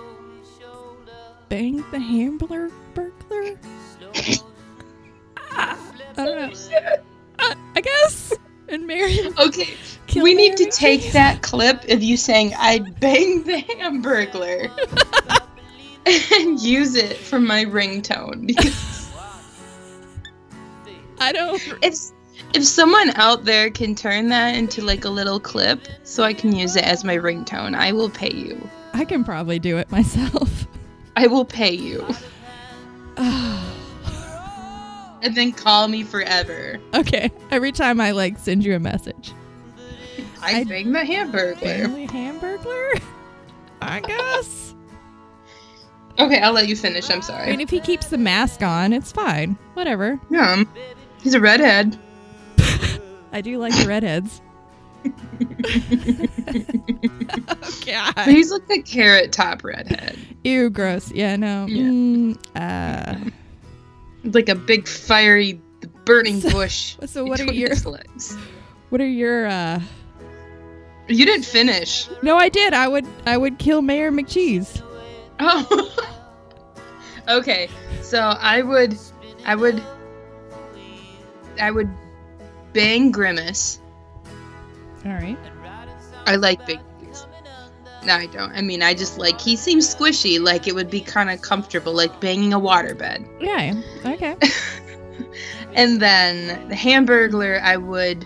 A: bang the Hambler burglar. Ah, I don't know. I, I guess. And marry him.
B: Okay,
A: Kill
B: we need to
A: Mary.
B: take that clip of you saying "I'd bang the Hamburglar" and use it for my ringtone because
A: I don't.
B: if if someone out there can turn that into like a little clip so I can use it as my ringtone, I will pay you.
A: I can probably do it myself.
B: I will pay you, and then call me forever.
A: okay. Every time I like send you a message.
B: I
A: I'd
B: would bang the Hamburglar.
A: Family Hamburglar? I guess.
B: Okay, I'll let you finish. I'm
A: I mean,
B: sorry.
A: if he keeps the mask on, it's fine. Whatever.
B: Yeah, um, he's a redhead.
A: I do like the redheads.
D: God.
B: He's like the carrot top redhead.
A: Oh, Ew, gross. Yeah, no.
B: Yeah.
A: Mm, uh,
B: Like a big fiery burning bush.
A: so what are
B: between
A: your-
B: his legs.
A: what are your? uh
B: You didn't finish.
A: No, I did. I would. I would kill Mayor McCheese.
B: Oh. okay. So I would I would I would bang Grimace.
A: All right.
B: I like big dudes. No, I don't. I mean, I just like he seems squishy, like it would be kind of comfortable like banging a waterbed.
A: Yeah. Okay.
B: And then the Hamburglar, I would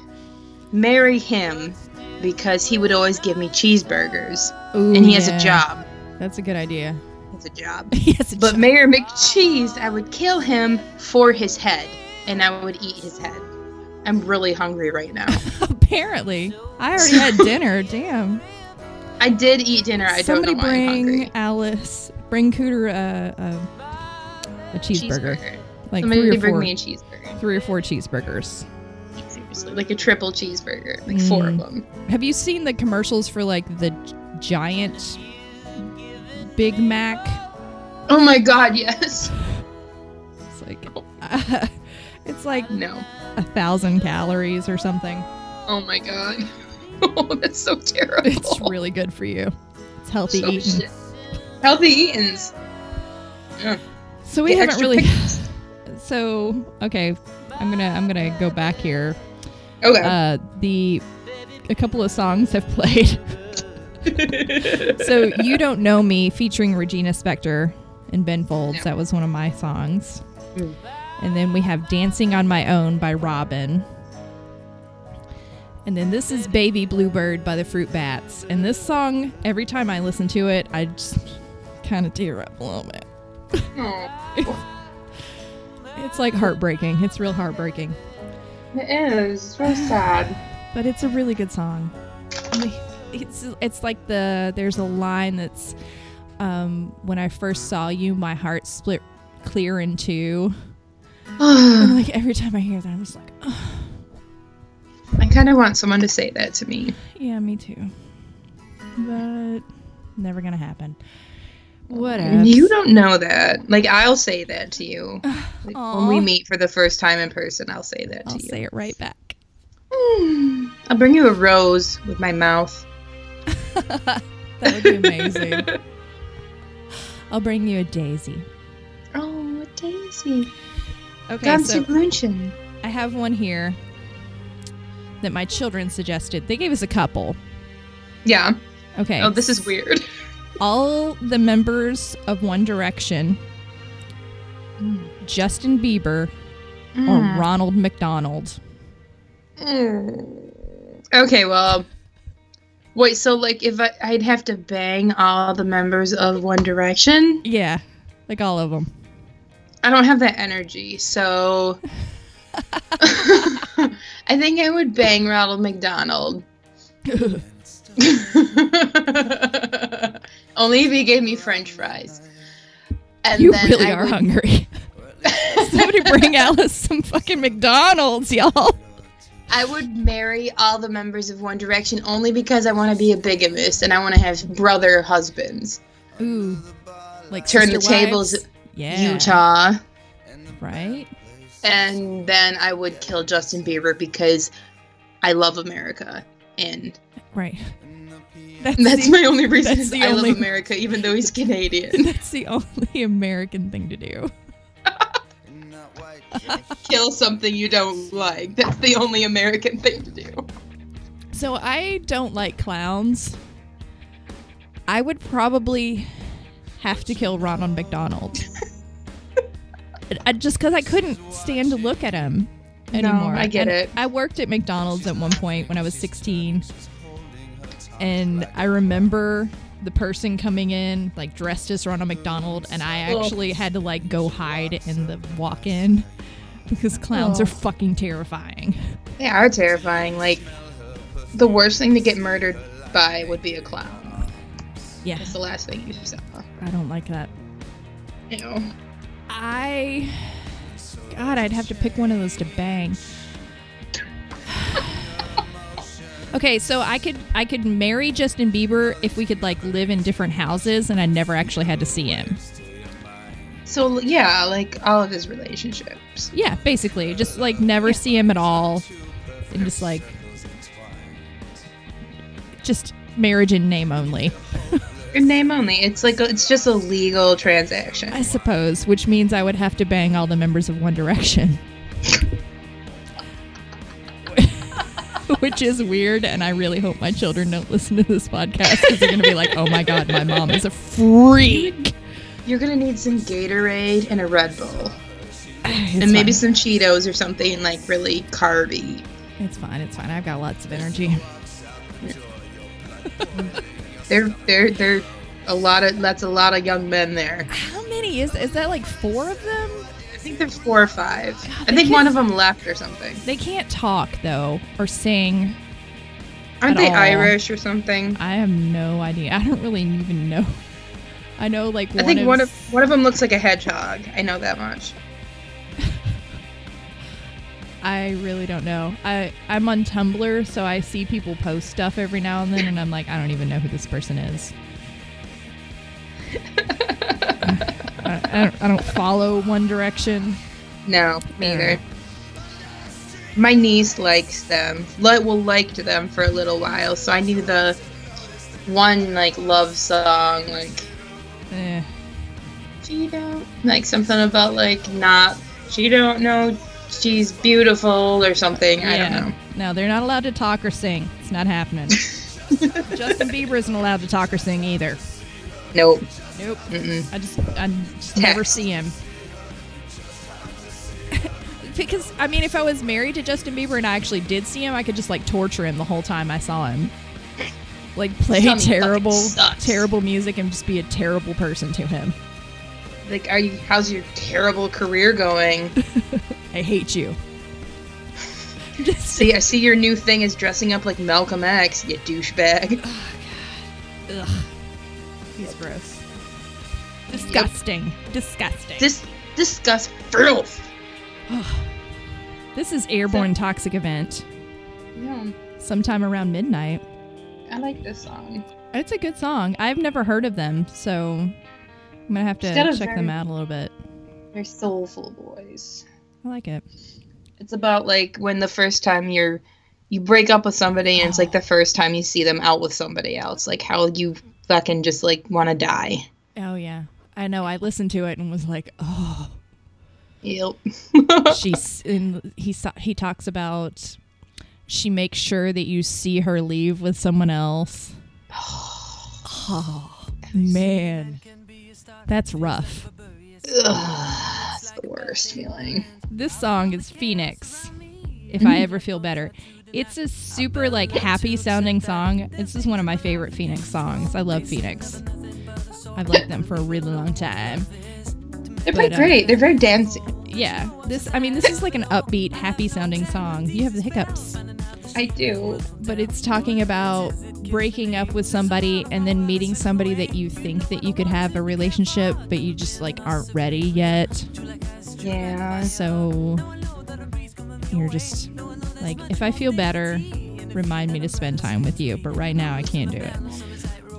B: marry him because he would always give me cheeseburgers
A: Ooh,
B: and he has
A: yeah.
B: a job.
A: That's a good idea.
B: He has a job.
A: he has a
B: But
A: job.
B: Mayor McCheese, I would kill him for his head, and I would eat his head. I'm really hungry right now.
A: Apparently, I already had dinner. Damn.
B: I did eat dinner. I
A: Somebody
B: don't know why I'm
A: bring
B: hungry.
A: Alice. Bring Cooter uh, uh, a cheeseburger. Like
B: Somebody
A: three or
B: bring
A: four.
B: me a cheeseburger.
A: three or four cheeseburgers.
B: Seriously, like a triple cheeseburger, like four of
A: Mm.
B: them.
A: Have you seen the commercials for like the g- giant Big Mac?
B: Oh my god, yes.
A: It's like it's like
B: No.
A: a thousand calories or something.
B: Oh my god. Oh, that's so terrible. Oh,
A: It's really good for you. It's healthy
B: So
A: eating.
B: shit. Healthy eatins.
A: So we
B: The
A: haven't
B: extra
A: really.
B: pickles.
A: So okay, I'm gonna I'm gonna go back here.
B: Okay.
A: Uh, the a couple of songs have played. so you don't know me featuring Regina Spektor and Ben Folds.
B: No.
A: That was one of my songs.
B: Mm.
A: And then we have Dancing on My Own by Robin. And then this is Baby Bluebird by the Fruit Bats. And this song, every time I listen to it, I just kind of tear up a little bit.
B: Oh,
A: It's like heartbreaking. It's real heartbreaking.
B: it is. It's real sad.
A: but it's a really good song. It's it's like the there's a line that's um, when I first saw you, my heart split clear in two. And like every time I hear that, I'm just like, oh,
B: I kind of want someone to say that to me.
A: yeah, me too. But never gonna happen. Whatever.
B: You don't know that. Like I'll say that to you. Like, when
A: Aw.
B: we meet for the first time in person, I'll say that to
A: I'll
B: you.
A: say it right back.
B: Mm. I'll bring you a rose with my mouth.
A: that would be amazing. I'll bring you a daisy.
B: Oh, a daisy.
A: Okay,
B: Ganz
A: so
B: im Blümchen.
A: I have one here that my children suggested. They gave us a couple.
B: Yeah.
A: Okay.
B: Oh, this is weird.
A: All the members of One Direction, Justin Bieber or Ronald McDonald.
B: Mm. Okay, well. Wait, so like if I, I'd have to bang all the members of One Direction?
A: Yeah, like all of them.
B: I don't have that energy, so I think I would bang Ronald McDonald. Only if he gave me French fries. And
A: you
B: then
A: really
B: I
A: are
B: would-
A: hungry. Somebody bring Alice some fucking McDonald's, y'all.
B: I would marry all the members of One Direction only because I want to be a bigamist and I want to have brother husbands.
A: Ooh, like
B: Turn
A: sister
B: the tables,
A: wives? Yeah,
B: Utah.
A: right?
B: And then I would kill Justin Bieber because I love America. And
A: Right.
B: that's
A: the-
B: my only reason
A: that's
B: is
A: the
B: I
A: only-
B: love America, even though he's Canadian.
A: That's the only American thing to do.
B: kill something you don't like. That's the only American thing to do.
A: So I don't like clowns. I would probably have to kill Ronald McDonald. I- just because I couldn't stand to look at him anymore.
B: I get
A: And
B: it.
A: I worked at McDonald's at one point when I was 16. And I remember the person coming in, like dressed as Ronald McDonald, and I
B: Ugh.
A: actually had to like go hide in the walk in because clowns are fucking terrifying.
B: They are terrifying. Like, the worst thing to get murdered by would be a clown.
A: Yeah,
B: That's the last thing you saw.
A: I don't like that.
B: You know.
A: I. God, I'd have to pick one of those to bang. Okay, so I could I could marry Justin Bieber if we could like live in different houses and I never actually had to see him.
B: So yeah, like all of his relationships.
A: Yeah, basically, just like never see him at all, and just like just marriage in name only,
B: In name only. It's like a, it's just a legal transaction.
A: I suppose. Which means I would have to bang all the members of One Direction, which is weird. And I really hope my children don't listen to this podcast because they're gonna be like, "Oh my god, my mom is a freak."
B: You're gonna need some Gatorade and a Red Bull,
A: It's
B: and maybe
A: fine.
B: some Cheetos or something like really carby.
A: it's fine. It's fine. I've got lots of energy.
B: They're they're they're a lot of that's a lot of young men there.
A: How many is is that? Like four of them?
B: I think there's four or five. I
A: they
B: think
A: can-
B: one of them left or something.
A: They can't talk though or sing.
B: Aren't
A: At
B: they
A: all.
B: Irish or something?
A: I have no idea. I don't really even know. I know like one
B: I think
A: of,
B: one of one of them looks like a hedgehog. I know that much.
A: I really don't know. I I'm on Tumblr, so I see people post stuff every now and then, and I'm like, I don't even know who this person is. I, I don't, I don't follow One Direction.
B: No, me
A: Yeah.
B: either. My niece likes them. Li- well, liked them for a little while, so I knew the one like love song, like
A: Eh.
B: she don't like something about like not she don't know she's beautiful or something. I
A: yeah.
B: don't know.
A: No, they're not allowed to talk or sing. It's not happening. Justin Bieber isn't allowed to talk or sing either.
B: Nope.
A: Nope.
B: Mm-mm.
A: I just I just never
B: Text.
A: see him. because I mean, if I was married to Justin Bieber and I actually did see him, I could just like torture him the whole time I saw him. Like play
B: Son fucking
A: terrible,
B: sucks.
A: terrible music and just be a terrible person to him.
B: Like, are you? How's your terrible career going?
A: I hate you. just
B: See, I see your new thing is dressing up like Malcolm X. You douchebag.
A: ugh. He's gross. Disgusting. Disgusting.
B: This disgust filth.
A: this is airborne toxic event.
B: Yeah,
A: Sometime around midnight.
B: I like this song.
A: It's a good song. I've never heard of them, so I'm gonna have to
B: It's got a
A: check
B: very-
A: them out a little bit.
B: They're soulful boys.
A: I like it.
B: It's about like when the first time you're you break up with somebody and it's like the first time you see them out with somebody else, like how you fucking just like want to die.
A: Oh yeah, I know. I listened to it and was like, oh,
B: Yep.
A: she's. And he so- he talks about she makes sure that you see her leave with someone else. Oh man, that's rough.
B: That's the worst feeling.
A: This song is Phoenix. If I ever feel better. It's a super like happy sounding song. This is one of my favorite Phoenix songs. I love Phoenix. I've liked them for a really long time.
B: They're pretty
A: But, uh,
B: great. They're very dancing.
A: Yeah. This I mean this is like an upbeat, happy sounding song. You have the hiccups.
B: I do.
A: But it's talking about breaking up with somebody and then meeting somebody that you think that you could have a relationship but you just like aren't ready yet.
B: Yeah.
A: So you're just like, if I feel better, remind me to spend time with you. But right now, I can't do it.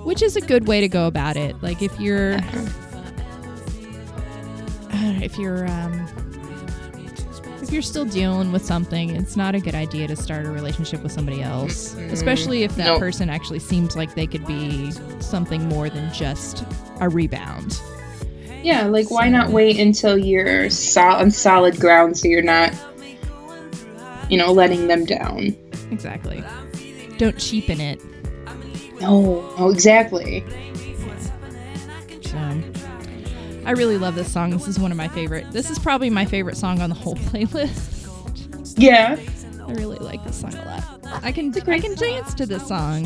A: Which is a good way to go about it. Like if you're, if you're, um, if you're still dealing with something, it's not a good idea to start a relationship with somebody else, especially if that
B: Nope.
A: person actually seems like they could be something more than just a rebound.
B: Yeah, like why not wait until you're sol- on solid ground so you're not, you know, letting them down.
A: Exactly. Don't cheapen it.
B: No. Oh, exactly.
A: So I really love this song. This is one of my favorite. This is probably my favorite song on the whole playlist.
B: Yeah.
A: I really like this song a lot. I can I can dance to this song.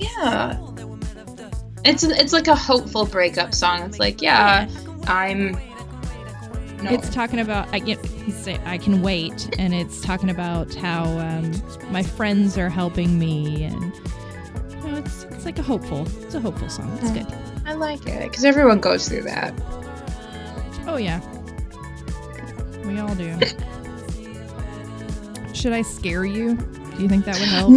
B: Yeah. It's it's like a hopeful breakup song. It's like, yeah, I'm no.
A: It's talking about I get he's say, I can wait, and it's talking about how um, my friends are helping me, and you know it's it's like a hopeful. It's a hopeful song. It's good.
B: I like it cuz everyone goes through that.
A: Oh yeah, we all do. Should I scare you? Do you think that would help?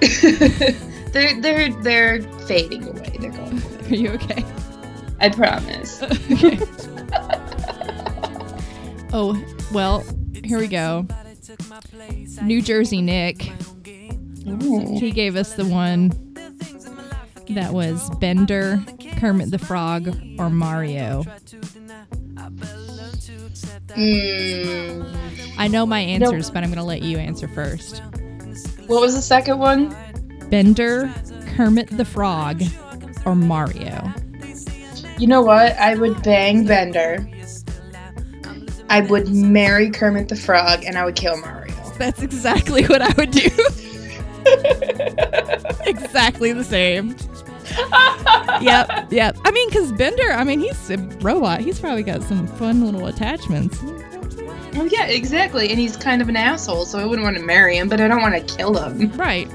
B: Mm, they're they're they're fading away. They're going. away.
A: Are you okay?
B: I promise.
A: okay. oh, well, here we go. New Jersey Nick. He gave us the one that was Bender, Kermit the Frog, or Mario.
B: Mm.
A: I know my answers, but I'm going to let you answer first.
B: What was the second one?
A: Bender, Kermit the Frog, or Mario.
B: You know what? I would bang Bender. I would marry Kermit the Frog, and I would kill Mario.
A: That's exactly what I would do. exactly the same. yep, yep. I mean, because Bender, I mean, he's a robot. He's probably got some fun little attachments.
B: Oh yeah, exactly. And he's kind of an asshole, so I wouldn't want to marry him, but I don't want to kill him.
A: Right.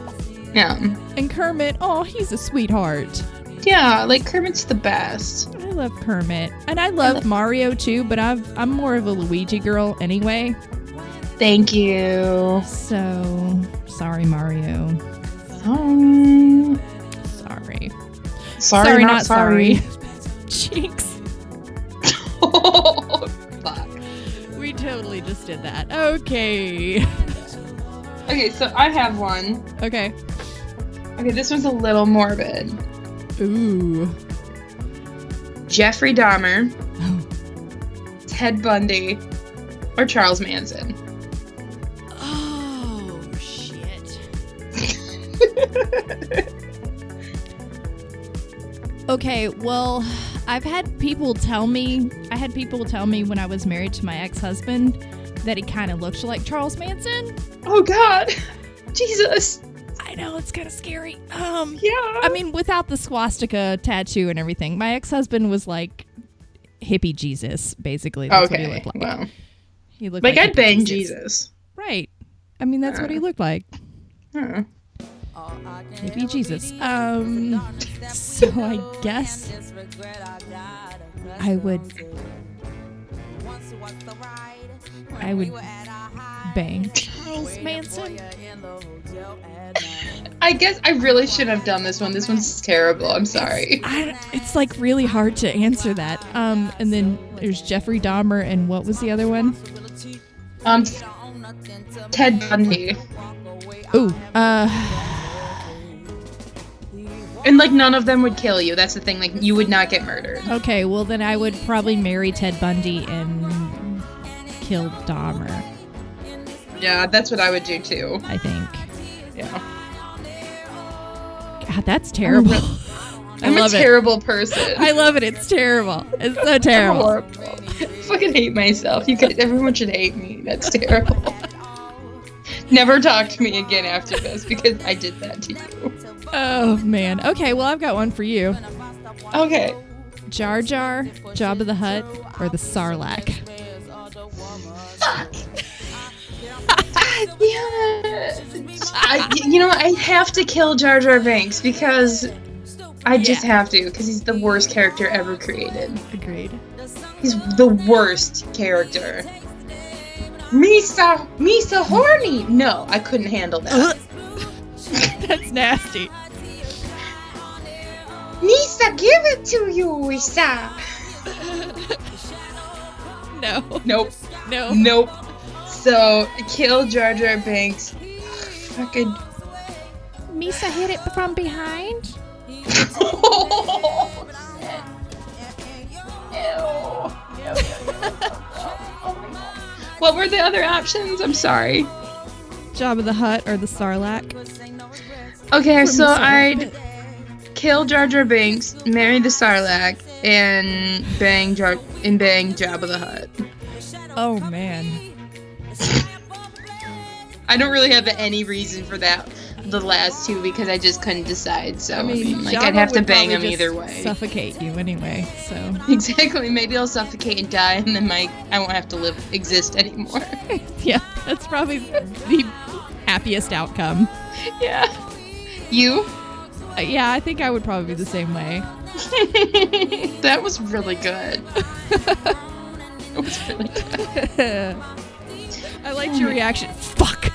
B: Yeah.
A: And Kermit, oh, he's a sweetheart.
B: Yeah, like Kermit's the best.
A: I love Kermit. And I love Mario too, but I've, I'm more of a Luigi girl anyway.
B: Thank you.
A: So, sorry, Mario.
B: Sorry.
A: Sorry.
B: Sorry, not, sorry.
A: Jinx.
B: oh, fuck.
A: We totally just did that. Okay.
B: Okay, so I have one.
A: Okay.
B: Okay, this one's a little morbid.
A: Ooh.
B: Jeffrey Dahmer, Ted Bundy, or Charles Manson.
D: Oh, shit.
A: Okay, well, I've had people tell me, I had people tell me when I was married to my ex husband that he kind of looked like Charles Manson.
B: Oh God, Jesus.
A: I know, it's kind of scary. Um,
B: Yeah.
A: I mean, without the swastika tattoo and everything, my ex husband was like hippie Jesus, basically. That's
B: okay.
A: what he looked like.
B: Wow.
A: He looked
B: Like I'd
A: hippie
B: bang Jesus. Uh.
A: Right. I mean, that's what he looked like.
B: Huh.
A: Maybe Jesus. Um, so I guess I would. I would bang Charles Manson.
B: I guess I really shouldn't have done this one. This one's terrible. I'm sorry.
A: I, it's like really hard to answer that. Um, and then there's Jeffrey Dahmer, and what was the other one?
B: Um, Ted Bundy.
A: Ooh, uh,
B: And like none of them would kill you. That's the thing. Like you would not get murdered.
A: okay. Well, then I would probably marry Ted Bundy and kill Dahmer.
B: Yeah, that's what I would do too.
A: I think.
B: Yeah.
A: God, that's terrible. I
B: I'm a
A: love it.
B: terrible person.
A: I love it. It's terrible. It's so
B: I'm
A: terrible.
B: horrible. I fucking hate myself. You guys, everyone should hate me. That's terrible. Never talk to me again after this because I did that to you.
A: Oh man. Okay, well I've got one for you.
B: Okay.
A: Jar Jar, Job of the Hut, or the Sarlacc.
B: Fuck. God damn it. I, you know, I have to kill Jar Jar Banks because I just have to because he's the worst character ever created.
A: Agreed.
B: He's the worst character. Misa, Misa horny. No, I couldn't handle that.
A: That's nasty.
B: Misa, give it to you, Misa.
A: No.
B: Nope,
A: No.
B: nope. So kill Jar Jar Banks. Fucking.
A: Misa hit it from behind.
B: Ew. What were the other options? I'm sorry.
A: Job of the Hut or the Sarlacc.
B: Okay, so
A: Misa.
B: I'd kill Jar Jar Binks, marry the Sarlacc, and bang Jar and bang Jabba the Hutt.
A: Oh man.
B: I don't really have any reason for that. The last two because I just couldn't decide. So I mean, like I'd
A: Jabba
B: have to
A: would
B: bang
A: probably
B: him
A: just
B: either way.
A: Suffocate you anyway. So
B: exactly. Maybe I'll suffocate and die, and then my I won't have to live exist anymore.
A: yeah, that's probably the happiest outcome.
B: yeah. You?
A: Uh, yeah, I think I would probably be the same way.
B: that was really good. That was really good.
A: I liked your reaction. Fuck.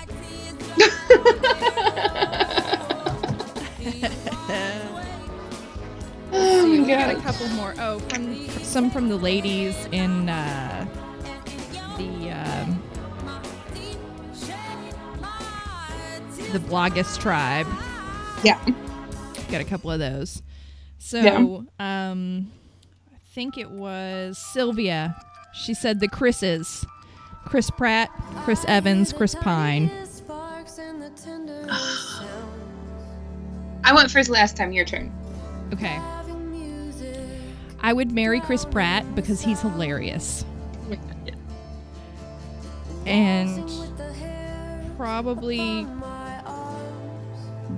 B: Oh
A: We
B: my
A: got a
B: god.
A: couple more. Oh, from, some from the ladies in uh, the um, the Blogus tribe.
B: Yeah.
A: Got a couple of those. So, um, I think it was Sylvia. She said the Chris's, Chris Pratt, Chris Evans, Chris Pine.
B: I went first last time. Your turn.
A: Okay. I would marry Chris Pratt because he's hilarious. and probably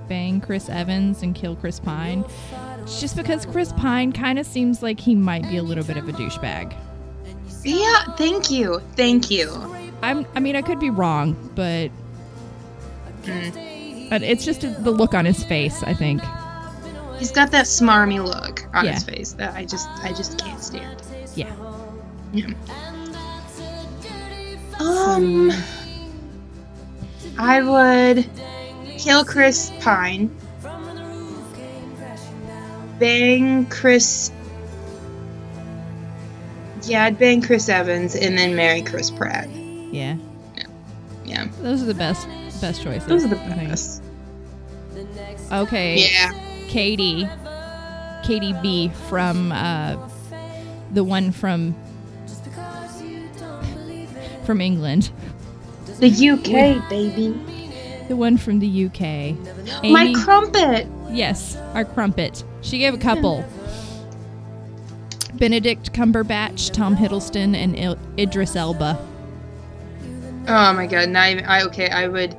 A: bang Chris Evans and kill Chris Pine. Just because Chris Pine kind of seems like he might be a little bit of a douchebag.
B: Yeah. Thank you. Thank you.
A: I'm I mean I could be wrong, but but it's just the look on his face, I think.
B: He's got that smarmy look on his
A: Yeah.
B: face that I just I just can't stand.
A: Yeah.
B: Um I would kill Chris Pine. Bang Chris Yeah, I'd bang Chris Evans and then marry Chris Pratt.
A: Yeah.
B: Yeah.
A: Those are the best best choices.
B: Those are the
A: I think.
B: best.
A: Okay.
B: Yeah.
A: Katie, Katie B from uh, the one from from England,
B: The UK, baby.
A: the one from the UK. Amy,
B: My crumpet.
A: yes, our crumpet. She gave a couple. Benedict Cumberbatch, Tom Hiddleston, and Il- Idris Elba.
B: Oh my god, not even I okay, I would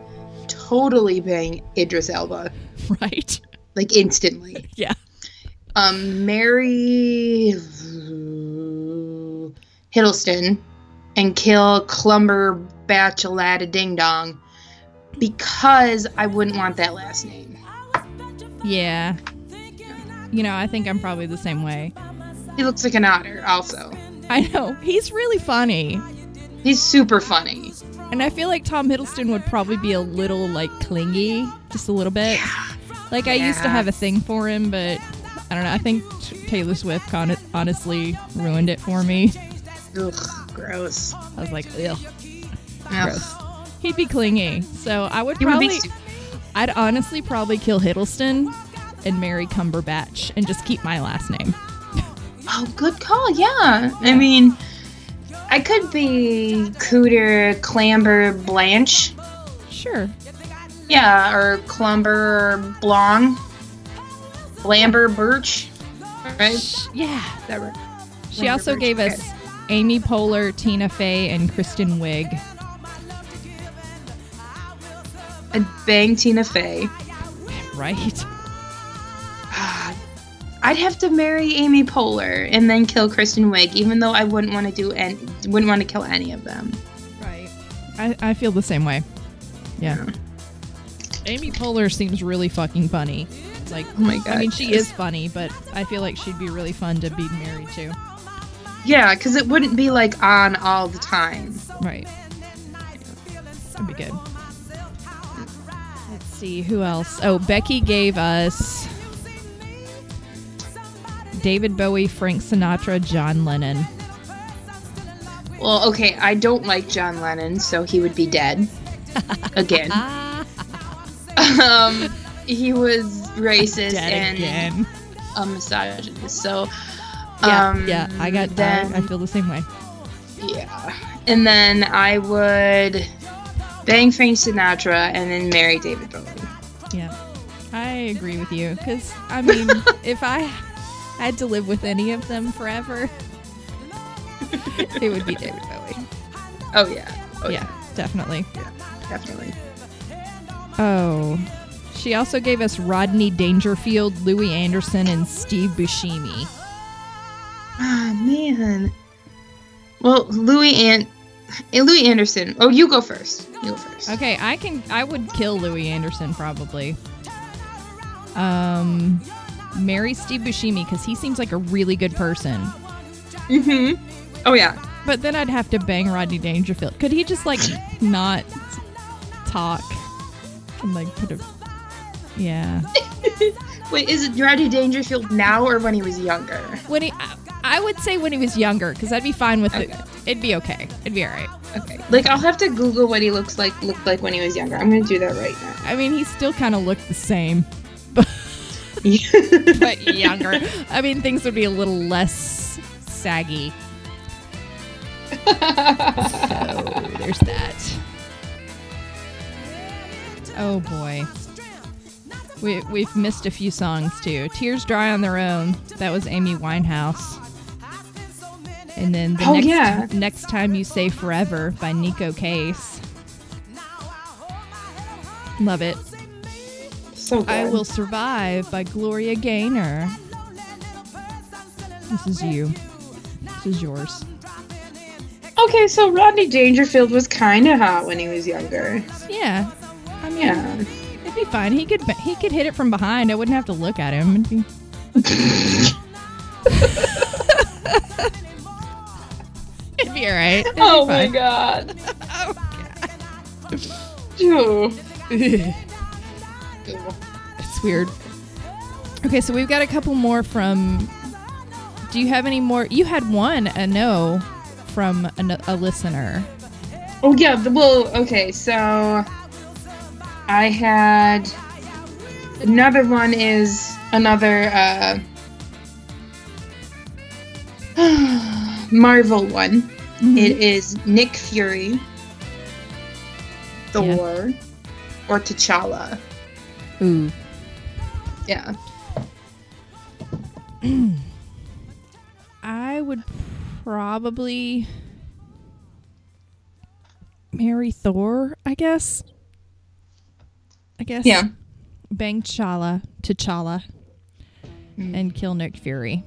B: totally bang Idris Elba.
A: Right?
B: Like instantly.
A: Yeah.
B: um, marry Hiddleston and kill Clumber Bachelada Ding Dong because I wouldn't want that last name.
A: Yeah. You know, I think I'm probably the same way.
B: He looks like an otter, also.
A: I know. He's really funny.
B: He's super funny.
A: And I feel like Tom Hiddleston would probably be a little like clingy, just a little bit. Like I used to
B: Yeah.
A: have a thing for him, but I don't know. I think t- Taylor Swift con- honestly ruined it for me.
B: Ugh, gross.
A: I was like, ugh,
B: Ugh.
A: gross. He'd be clingy, so I would
B: He would be
A: probably,
B: stu-
A: I'd honestly probably kill Hiddleston and marry Cumberbatch and just keep my last name.
B: Oh, good call. Yeah. I mean, I could be Cooter Clamber Blanche.
A: Sure.
B: Yeah, or Clumber Blong. Blamber Birch. Right?
A: Yeah.
B: That works.
A: She also
B: Cumberbatch.
A: gave us Amy Poehler, Tina Fey, and Kristen Wiig.
B: I'd bang Tina Fey.
A: Right.
B: I'd have to marry Amy Poehler and then kill Kristen Wiig, even though I wouldn't want to do any, wouldn't want to kill any of them.
A: Right. I, I feel the same way. Yeah. Amy Poehler seems really fucking funny. Like,
B: Oh my
A: I
B: God,
A: mean, she
B: yes.
A: is funny, but I feel like she'd be really fun to be married to.
B: Yeah, because it wouldn't be like on all the time.
A: Right. That'd be good. Let's see who else. Oh, Becky gave us David Bowie, Frank Sinatra, John Lennon.
B: Well, okay, I don't like John Lennon, so he would be dead again. um, he was racist
A: Dead
B: and
A: again.
B: a misogynist. So,
A: Yeah,
B: um,
A: yeah. I got.
B: then
A: I, I feel the same way.
B: Yeah. And then I would bang Frank Sinatra and then marry David Bowie.
A: Yeah, I agree with you. Because I mean, if I had to live with any of them forever, it would be David Bowie.
B: Oh yeah. Oh
A: yeah, definitely.
B: Definitely.
A: Oh, she also gave us Rodney Dangerfield, Louis Anderson, and Steve Buscemi.
B: Ah man. Well, Louis and Louis Anderson. Oh, you go first. You go first.
A: Okay, I can. I would kill Louis Anderson probably. Um, marry Steve Buscemi because he seems like a really good person.
B: Mm-hmm. Oh yeah.
A: But then I'd have to bang Rodney Dangerfield. Could he just like not talk and like put a Yeah.
B: Wait, is it Rodney Dangerfield now or when he was younger?
A: When he, I, I would say when he was younger, because I'd be fine with it.
B: Okay.
A: It'd be okay. It'd be all right.
B: Okay. Like I'll have to Google what he looks like looked like when he was younger. I'm gonna do that right now.
A: I mean, he still kind of looked the same, but but younger. I mean, things would be a little less saggy. So there's that. Oh boy. We, we've missed a few songs too. Tears Dry on Their Own. That was Amy Winehouse. And then the
B: Oh,
A: next,
B: yeah.
A: next Time You Say Forever by Nico Case. Love it.
B: so good.
A: I Will Survive by Gloria Gaynor. This is you. This is yours.
B: Okay, so Rodney Dangerfield was kind of hot when he was younger.
A: Yeah. I mean,
B: Yeah.
A: it'd be fine. He could he could hit it from behind. I wouldn't have to look at him. It'd be- It'd be all right. It'd be
B: Oh my
A: fine. Oh,
B: god. Ew. Ew.
A: It's weird. Okay, so we've got a couple more from. Do you have any more? You had one, a no, from an, a listener.
B: Oh yeah. the- Well, okay. So I had another one is another uh, Marvel one. It is Nick Fury, Thor, or T'Challa.
A: Ooh.
B: Yeah.
A: I would probably marry Thor, I guess. I guess.
B: Yeah.
A: Bang Chala, T'Challa, and kill Nick Fury.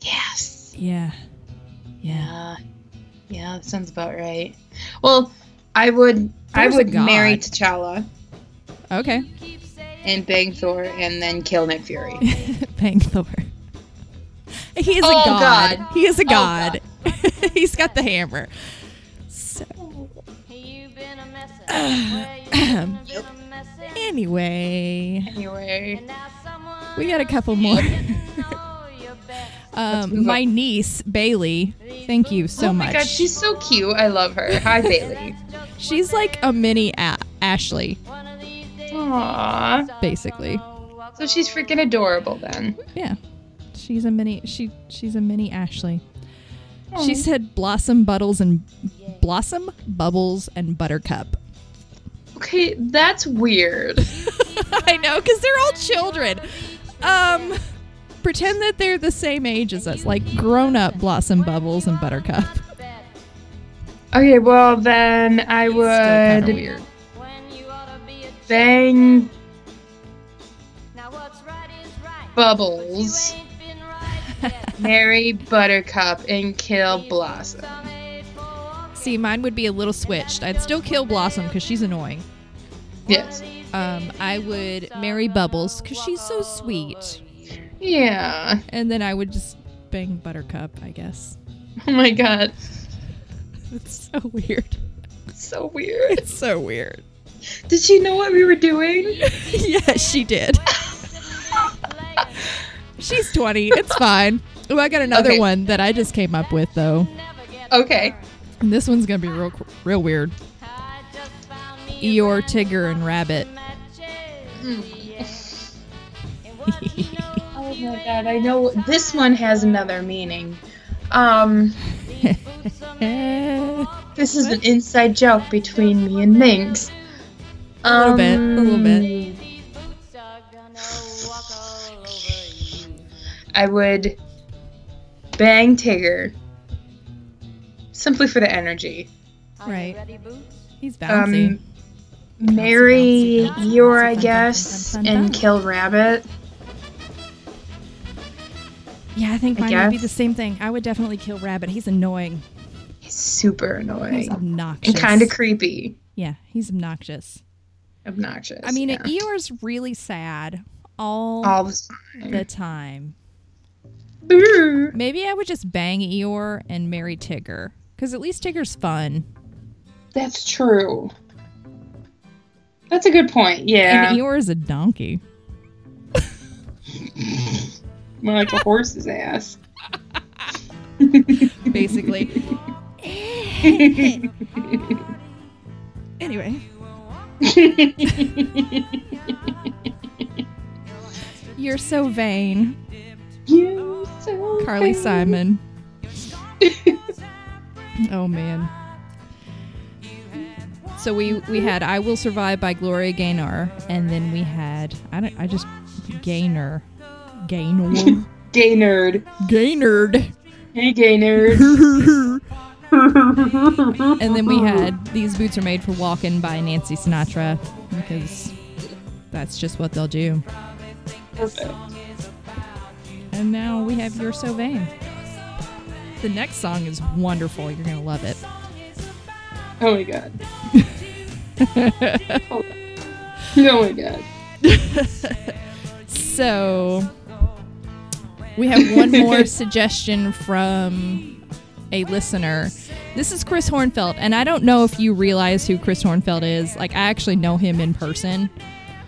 B: Yes.
A: Yeah. Yeah.
B: Uh, yeah, that sounds about right. Well, I would. I
A: Thor's a
B: would marry
A: god.
B: T'Challa
A: Okay.
B: and bang Thor and then kill Nick Fury.
A: Bang Thor. He is
B: Oh,
A: a god.
B: God.
A: He is a god. He's got the hammer. So,
C: You've been a mess up. Well, you've been a bit of a mess up.
A: anyway,
B: Anyway.
C: Now someone
A: we got a couple more.
C: know you better.
A: Um, my niece, Bailey, thank you so
B: oh
A: much.
B: my god, she's so cute. I love her. Hi, Bailey.
A: She's like a mini a- Ashley,
C: One of these days,
B: Aww.
A: basically.
C: walk
B: So she's freaking adorable then.
A: Yeah, she's a mini. She she's a mini Ashley. She said blossom buttles and blossom bubbles and buttercup.
B: Okay, that's weird.
A: I know, cause they're all children. Um, pretend that they're the same age as us, like grown up blossom bubbles and buttercup.
B: Okay, well then I
A: Still
B: would
A: kinda weird.
C: when you ought to be a
B: bang
C: Now what's right is right.
B: Bubbles,
C: Ain't been right yet.
B: marry Buttercup, and kill Blossom.
C: Some ain't for walking.
A: See, mine would be a little switched. I'd still kill Blossom because she's annoying.
B: Yes.
A: Um, I would marry Bubbles because she's so sweet.
B: Yeah.
A: And then I would just bang Buttercup, I guess.
B: Oh my god.
A: It's so weird.
B: So weird.
A: It's so weird.
B: Did she know what we were doing?
A: yeah, she did. She's 20. It's fine. Oh, I got another
B: Okay.
A: one that I just came up with, though.
B: Okay.
A: And this one's going to be real, real weird.
C: I just found me
A: Eeyore, Tigger, and Rabbit.
C: matches.
B: Hmm. Oh my god, I know this one has another meaning. Um,
A: Eh,
B: this is an inside joke between me and Minx. Um,
A: a little bit. A little bit.
B: I would bang Tigger simply for the energy.
A: Right. He's bouncy.
B: Um, marry
A: Bouncy, bouncy,
B: Eeyore,
A: bouncy,
B: I
A: bouncy,
B: guess,
A: bouncy, bouncy,
B: and
A: bouncy.
B: kill Rabbit.
A: yeah, I think
B: I
A: mine would be
B: guess.
A: the same thing. I would definitely kill Rabbit. He's annoying.
B: He's super
A: He's
B: annoying
A: obnoxious.
B: and kind of creepy,
A: yeah, he's obnoxious.
B: obnoxious.
A: I mean,
B: yeah.
A: Eeyore's really sad all,
B: all the
A: the time.
B: time.
A: Maybe I would just bang Eeyore and marry Tigger. Because at least Tigger's fun.
B: That's true. That's a good point. Yeah.
A: And Eeyore is a donkey.
B: More like a horse's ass.
A: basically. anyway, you're so vain,
B: you so
A: Carly
B: bad.
A: Simon. oh man. So we we had "I Will Survive" by Gloria Gaynor, and then we had I don't I just Gaynor, Gaynor,
B: Gay nerd.
A: Gaynard.
B: Hey, gay nerd.
A: And then we had These Boots Are Made for Walking by Nancy Sinatra because that's just what they'll do.
B: Perfect.
A: And now we have You're So Vain. The next song is wonderful. You're going to love it.
B: Oh my god. Hold on. Oh my god.
A: So we have one more suggestion from a listener. This is Chris Hornfeld, and I don't know if you realize who Chris Hornfeld is. Like, I actually know him in person.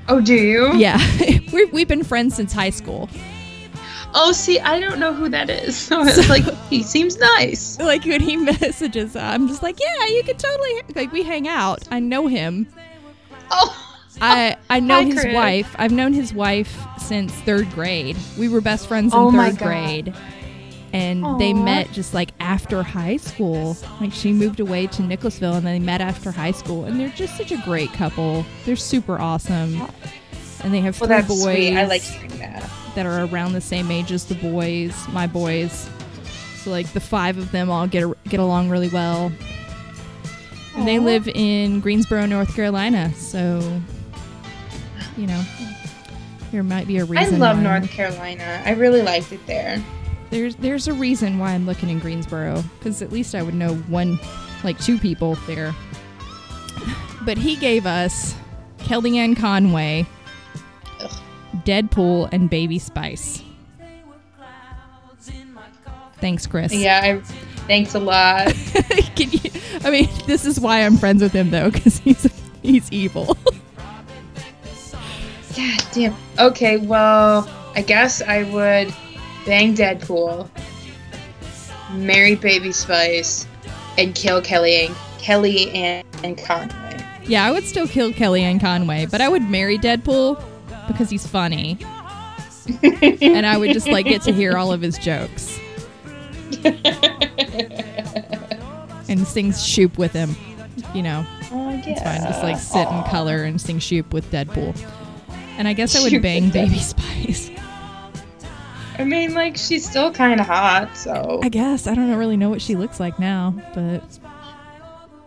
B: Oh, do you?
A: Yeah, we've, we've been friends since high school.
B: Oh, see, I don't know who that is. So it's like, he seems nice.
A: like when he messages i'm just like yeah you could totally like we hang out i know him
B: Oh,
A: i i know
B: Hi,
A: his
B: Chris.
A: wife i've known his wife since third grade we were best friends in
B: Oh
A: third
B: my God.
A: grade and they
B: Aw.
A: met just like after high school like she moved away to nicholasville and they met after high school and they're just such a great couple they're super awesome and they have
B: well,
A: three
B: that's
A: boys
B: sweet. I like hearing that.
A: that are around the same age as the boys, my boys. So like the five of them all get get along really well. And they
B: Aw.
A: live in Greensboro, North Carolina, so you know there might be a
B: I
A: reason.
B: love
A: why-
B: North Carolina. I really liked it there.
A: There's there's a reason why I'm looking in Greensboro because at least I would know one, like two people there. But he gave us Kellyanne Conway, Deadpool, and Baby Spice. Thanks, Chris.
B: Yeah, I, thanks a lot.
A: Can you, I mean, this is why I'm friends with him though, because he's he's evil.
B: God damn. Okay, well, I guess I would bang Deadpool, marry Baby Spice, and kill Kelly and Kelly and, and Conway.
A: yeah, I would still kill Kellyanne Conway, but I would marry Deadpool because he's funny, and I would just like get to hear all of his jokes. and sings Shoop with him. You know,
B: Oh, yeah.
A: it's fine. Just like sit and color and sing Shoop with Deadpool. And I guess I would
B: Shoop
A: bang
B: with Deadpool.
A: Baby Spice.
B: I mean, like, she's still kind of hot, so.
A: I guess. I don't really know what she looks like now, but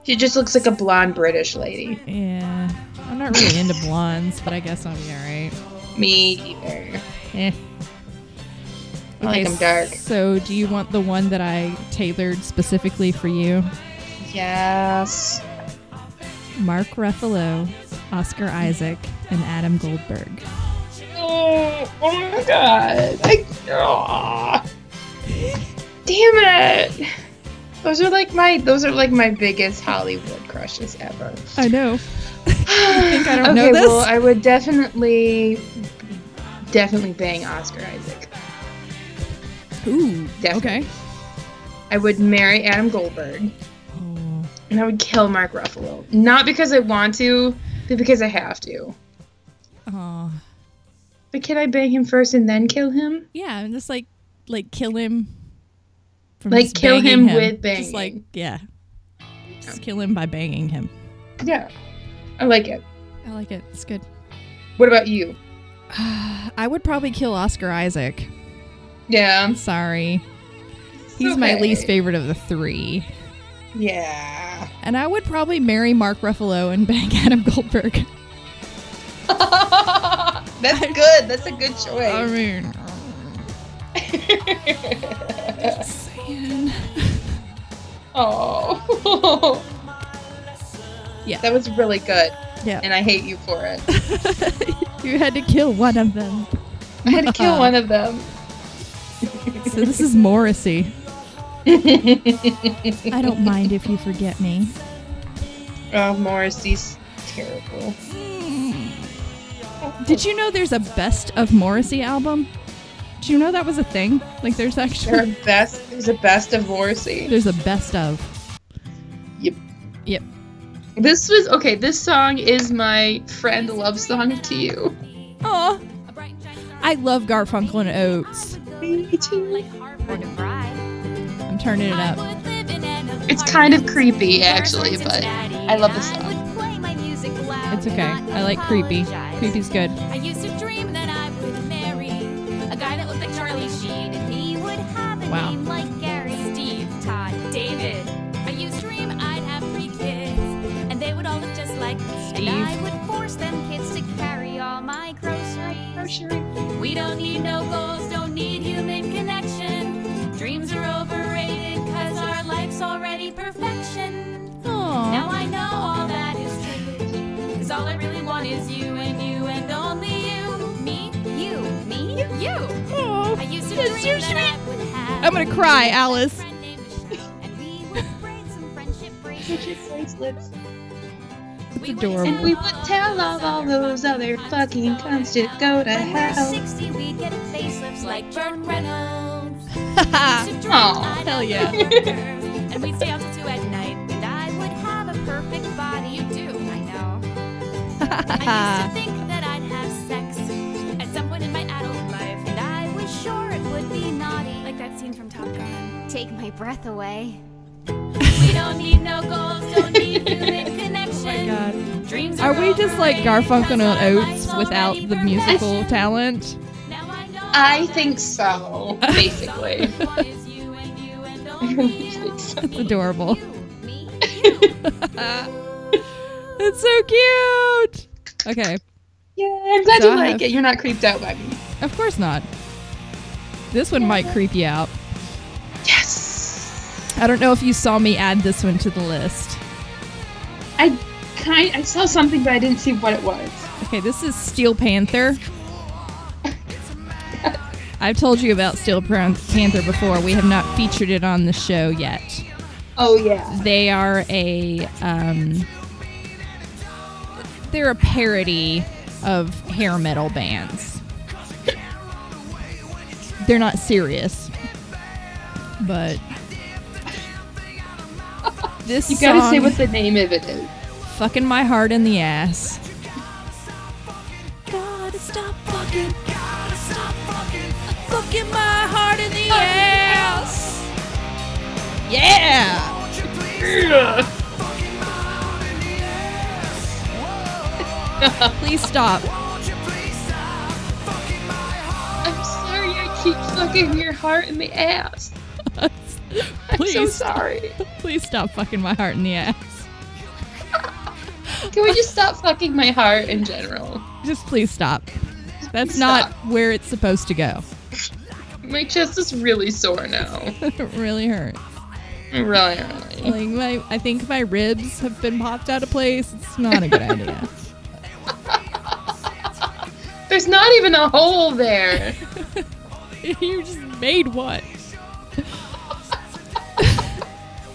B: She just looks like a blonde British lady.
A: yeah. I'm not really into blondes, but I guess I'll be alright.
B: Me either.
A: Eh. Oh,
B: I like 'em dark.
A: So, do you want the one that I tailored specifically for you?
B: Yes.
A: Mark Ruffalo, Oscar Isaac, and Adam Goldberg.
B: Oh, oh my god. I, aw. Damn it. Those are like my those are like my biggest Hollywood crushes ever.
A: I know. think I don't know
B: okay,
A: this?
B: well I would definitely definitely bang Oscar Isaac.
A: Ooh.
B: Definitely. I would marry Adam Goldberg
A: Oh.
B: and I would kill Mark Ruffalo. Not because I want to, but because I have to.
A: Aw.
B: But can I bang him first and then kill him?
A: Yeah, and just like like kill him. From
B: Like,
A: just
B: kill
A: banging
B: him
A: him
B: with
A: Just like
B: banging. Oh.
A: yeah. Just kill him by banging him.
B: Yeah. I like it.
A: I like it. It's good.
B: What about you?
A: I would probably kill Oscar Isaac.
B: Yeah.
A: Sorry. He's my
B: Okay.
A: least favorite of the three.
B: Yeah.
A: And I would probably marry Mark Ruffalo and bang Adam Goldberg.
B: That's good. That's a good choice.
A: I mean, saying.
B: oh.
A: Yeah.
B: That was really good,
A: Yeah.
B: and I hate you for it.
A: you had to kill one of them.
B: I had to kill one of them.
A: So this is Morrissey. I don't mind if you forget me.
B: Oh, Morrissey's terrible.
A: Did you know there's a best of Morrissey album? Do you know that was a thing? Like there's
B: Their
A: actually
B: best, there's a best of Morrissey.
A: there's a best of.
B: Yep.
A: Yep.
B: This was okay. This song is my friend love song to you.
A: Oh, I love Garfunkel and Oates.
B: Me too.
A: I'm turning it up.
B: It's kind of creepy actually, but I love the song.
A: It's okay. I like creepy. Creepy's good.
C: I used to dream that I would marry a guy that looked like Charlie Sheen. And he would have a
A: Wow.
C: name like Gary, Steve, Todd, David. I used to dream I'd have three kids, and they would all look just like me. And I would force them kids to carry all my groceries. We don't need no goals, don't need human connection. Dreams are overrated, cause our life's already perfection.
A: Aw.
C: Now I know all that is true. Cause all I really want is you and you and only you. Me, you, me, you. I
A: Oh.
C: used to
A: That's
C: dream
A: so
C: that I would have
A: I'm gonna cry, Alice.
C: friend named Michelle, and we would braid some friendship bracelets. We would
A: adorable.
C: tell
B: We would
C: all
B: tell all,
C: those
B: all
C: other
B: those other fucking cunts to go to
C: When we're
B: hell.
C: 60, we'd get facelifts like Burt Reynolds.
A: Ha.
C: Used to dream
B: Aw,
C: I'd
A: hell
C: have
A: yeah.
C: curved curves, And we'd stay out till two at night, and I would have a perfect body. You do, I know. I used to think that I'd have sex at some point in my adult life, and I was sure it would be naughty, like that scene from Top Gun. Take my breath away. we don't need no goals, don't need human connection.
A: Oh God.
C: Dreams
A: Are we just like Garfunkel and Oates
C: Oats
A: without the musical talent?
B: I think so, basically.
A: It's adorable. It's so cute. Okay.
B: yeah, I'm glad
A: So
B: you
A: I
B: like
A: have-
B: it. You're not creeped out by me.
A: Of course not. This one might creep you out.
B: Yes.
A: I don't know if you saw me add this one to the list.
B: I kind I saw something, but I didn't see what it was.
A: Okay, this is Steel Panther. I've told you about Steel Pan- Panther before. We have not featured it on the show yet.
B: Oh yeah.
A: They are a um, they're a parody of hair metal bands. They're not serious, but this
B: You gotta say
A: song-
B: what the name of it is.
A: fucking my heart in the ass.
C: Gotta stop fucking. Gotta stop fucking.
A: Fucking my heart in the ass. Yeah. Please stop.
B: I'm sorry I keep fucking your heart in the ass.
A: Please.
B: I'm so sorry.
A: Please stop fucking my heart in the ass.
B: Can we just stop fucking my heart in general?
A: Just please stop. That's
B: Please
A: not
B: stop.
A: where it's supposed to go.
B: My chest is really sore now.
A: it really hurts.
B: Really, really.
A: Like my, I think my ribs have been popped out of place. It's not a good idea.
B: There's not even a hole there.
A: you just made one.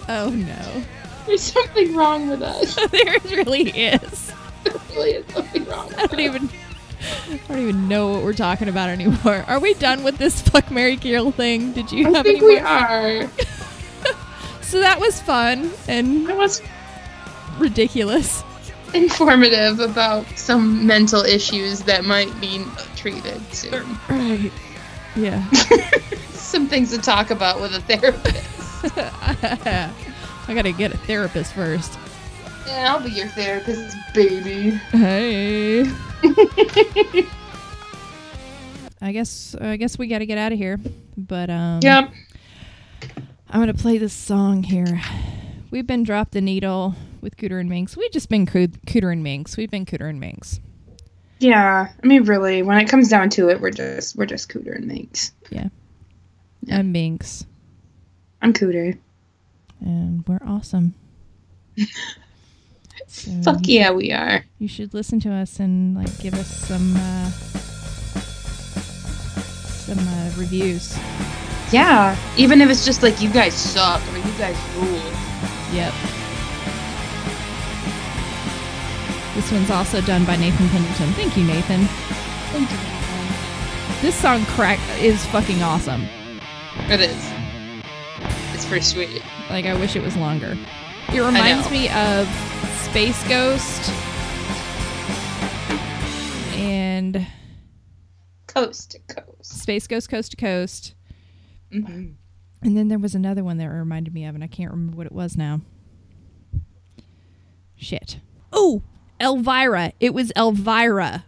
A: oh no.
B: There's something wrong with us.
A: there really is.
B: There really is something wrong
A: I
B: with
A: don't
B: us.
A: even I don't even know what we're talking about anymore. Are we done with this fuck Mary Kill thing? Did you
B: I
A: have
B: think
A: any
B: we
A: more?
B: are.
A: So that was fun and
B: I was
A: ridiculous.
B: informative about some mental issues that might be treated soon.
A: Right. Yeah.
B: Some things to talk about with a therapist.
A: I gotta get a therapist first.
B: Yeah, I'll be your therapist, baby.
A: Hey. I guess I guess we gotta get out of here. But um
B: Yep.
A: I'm gonna play this song here. We've been dropped the needle with Cooter and Minx. We've just been coo- Cooter and Minx. We've been Cooter and Minx.
B: Yeah. I mean, really, when it comes down to it, we're just we're just Cooter and Minx.
A: And Minx.
B: I'm Cooter.
A: And we're awesome. So
B: Fuck
A: you,
B: yeah, we are.
A: you should listen to us and like give us some uh, some uh, reviews.
B: Yeah. Even if it's just like you guys suck or you guys rule.
A: Yep. This one's also done by Nathan Pendleton. Thank you, Nathan.
B: Thank you, Nathan.
A: This song crack is fucking awesome.
B: It is. It's pretty sweet.
A: Like I wish it was longer. It reminds
B: know.
A: me of Space Ghost and
B: Coast to coast.
A: Space Ghost Coast to Coast.
B: hmm
A: And then there was another one that it reminded me of, and I can't remember what it was now. Shit. Oh, Elvira. It was Elvira.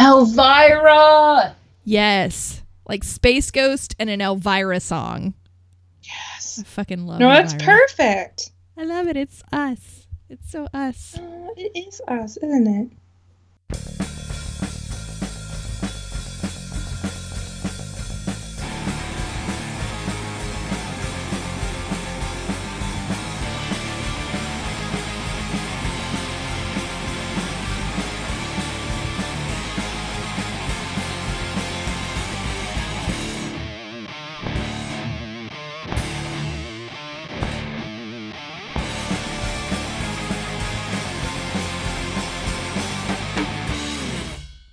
B: Elvira.
A: Yes. Like Space Ghost and an Elvira song.
B: Yes.
A: I fucking love
B: No, that's
A: Elvira.
B: perfect.
A: I love it. It's us. It's so us.
B: Oh, it is us, isn't it?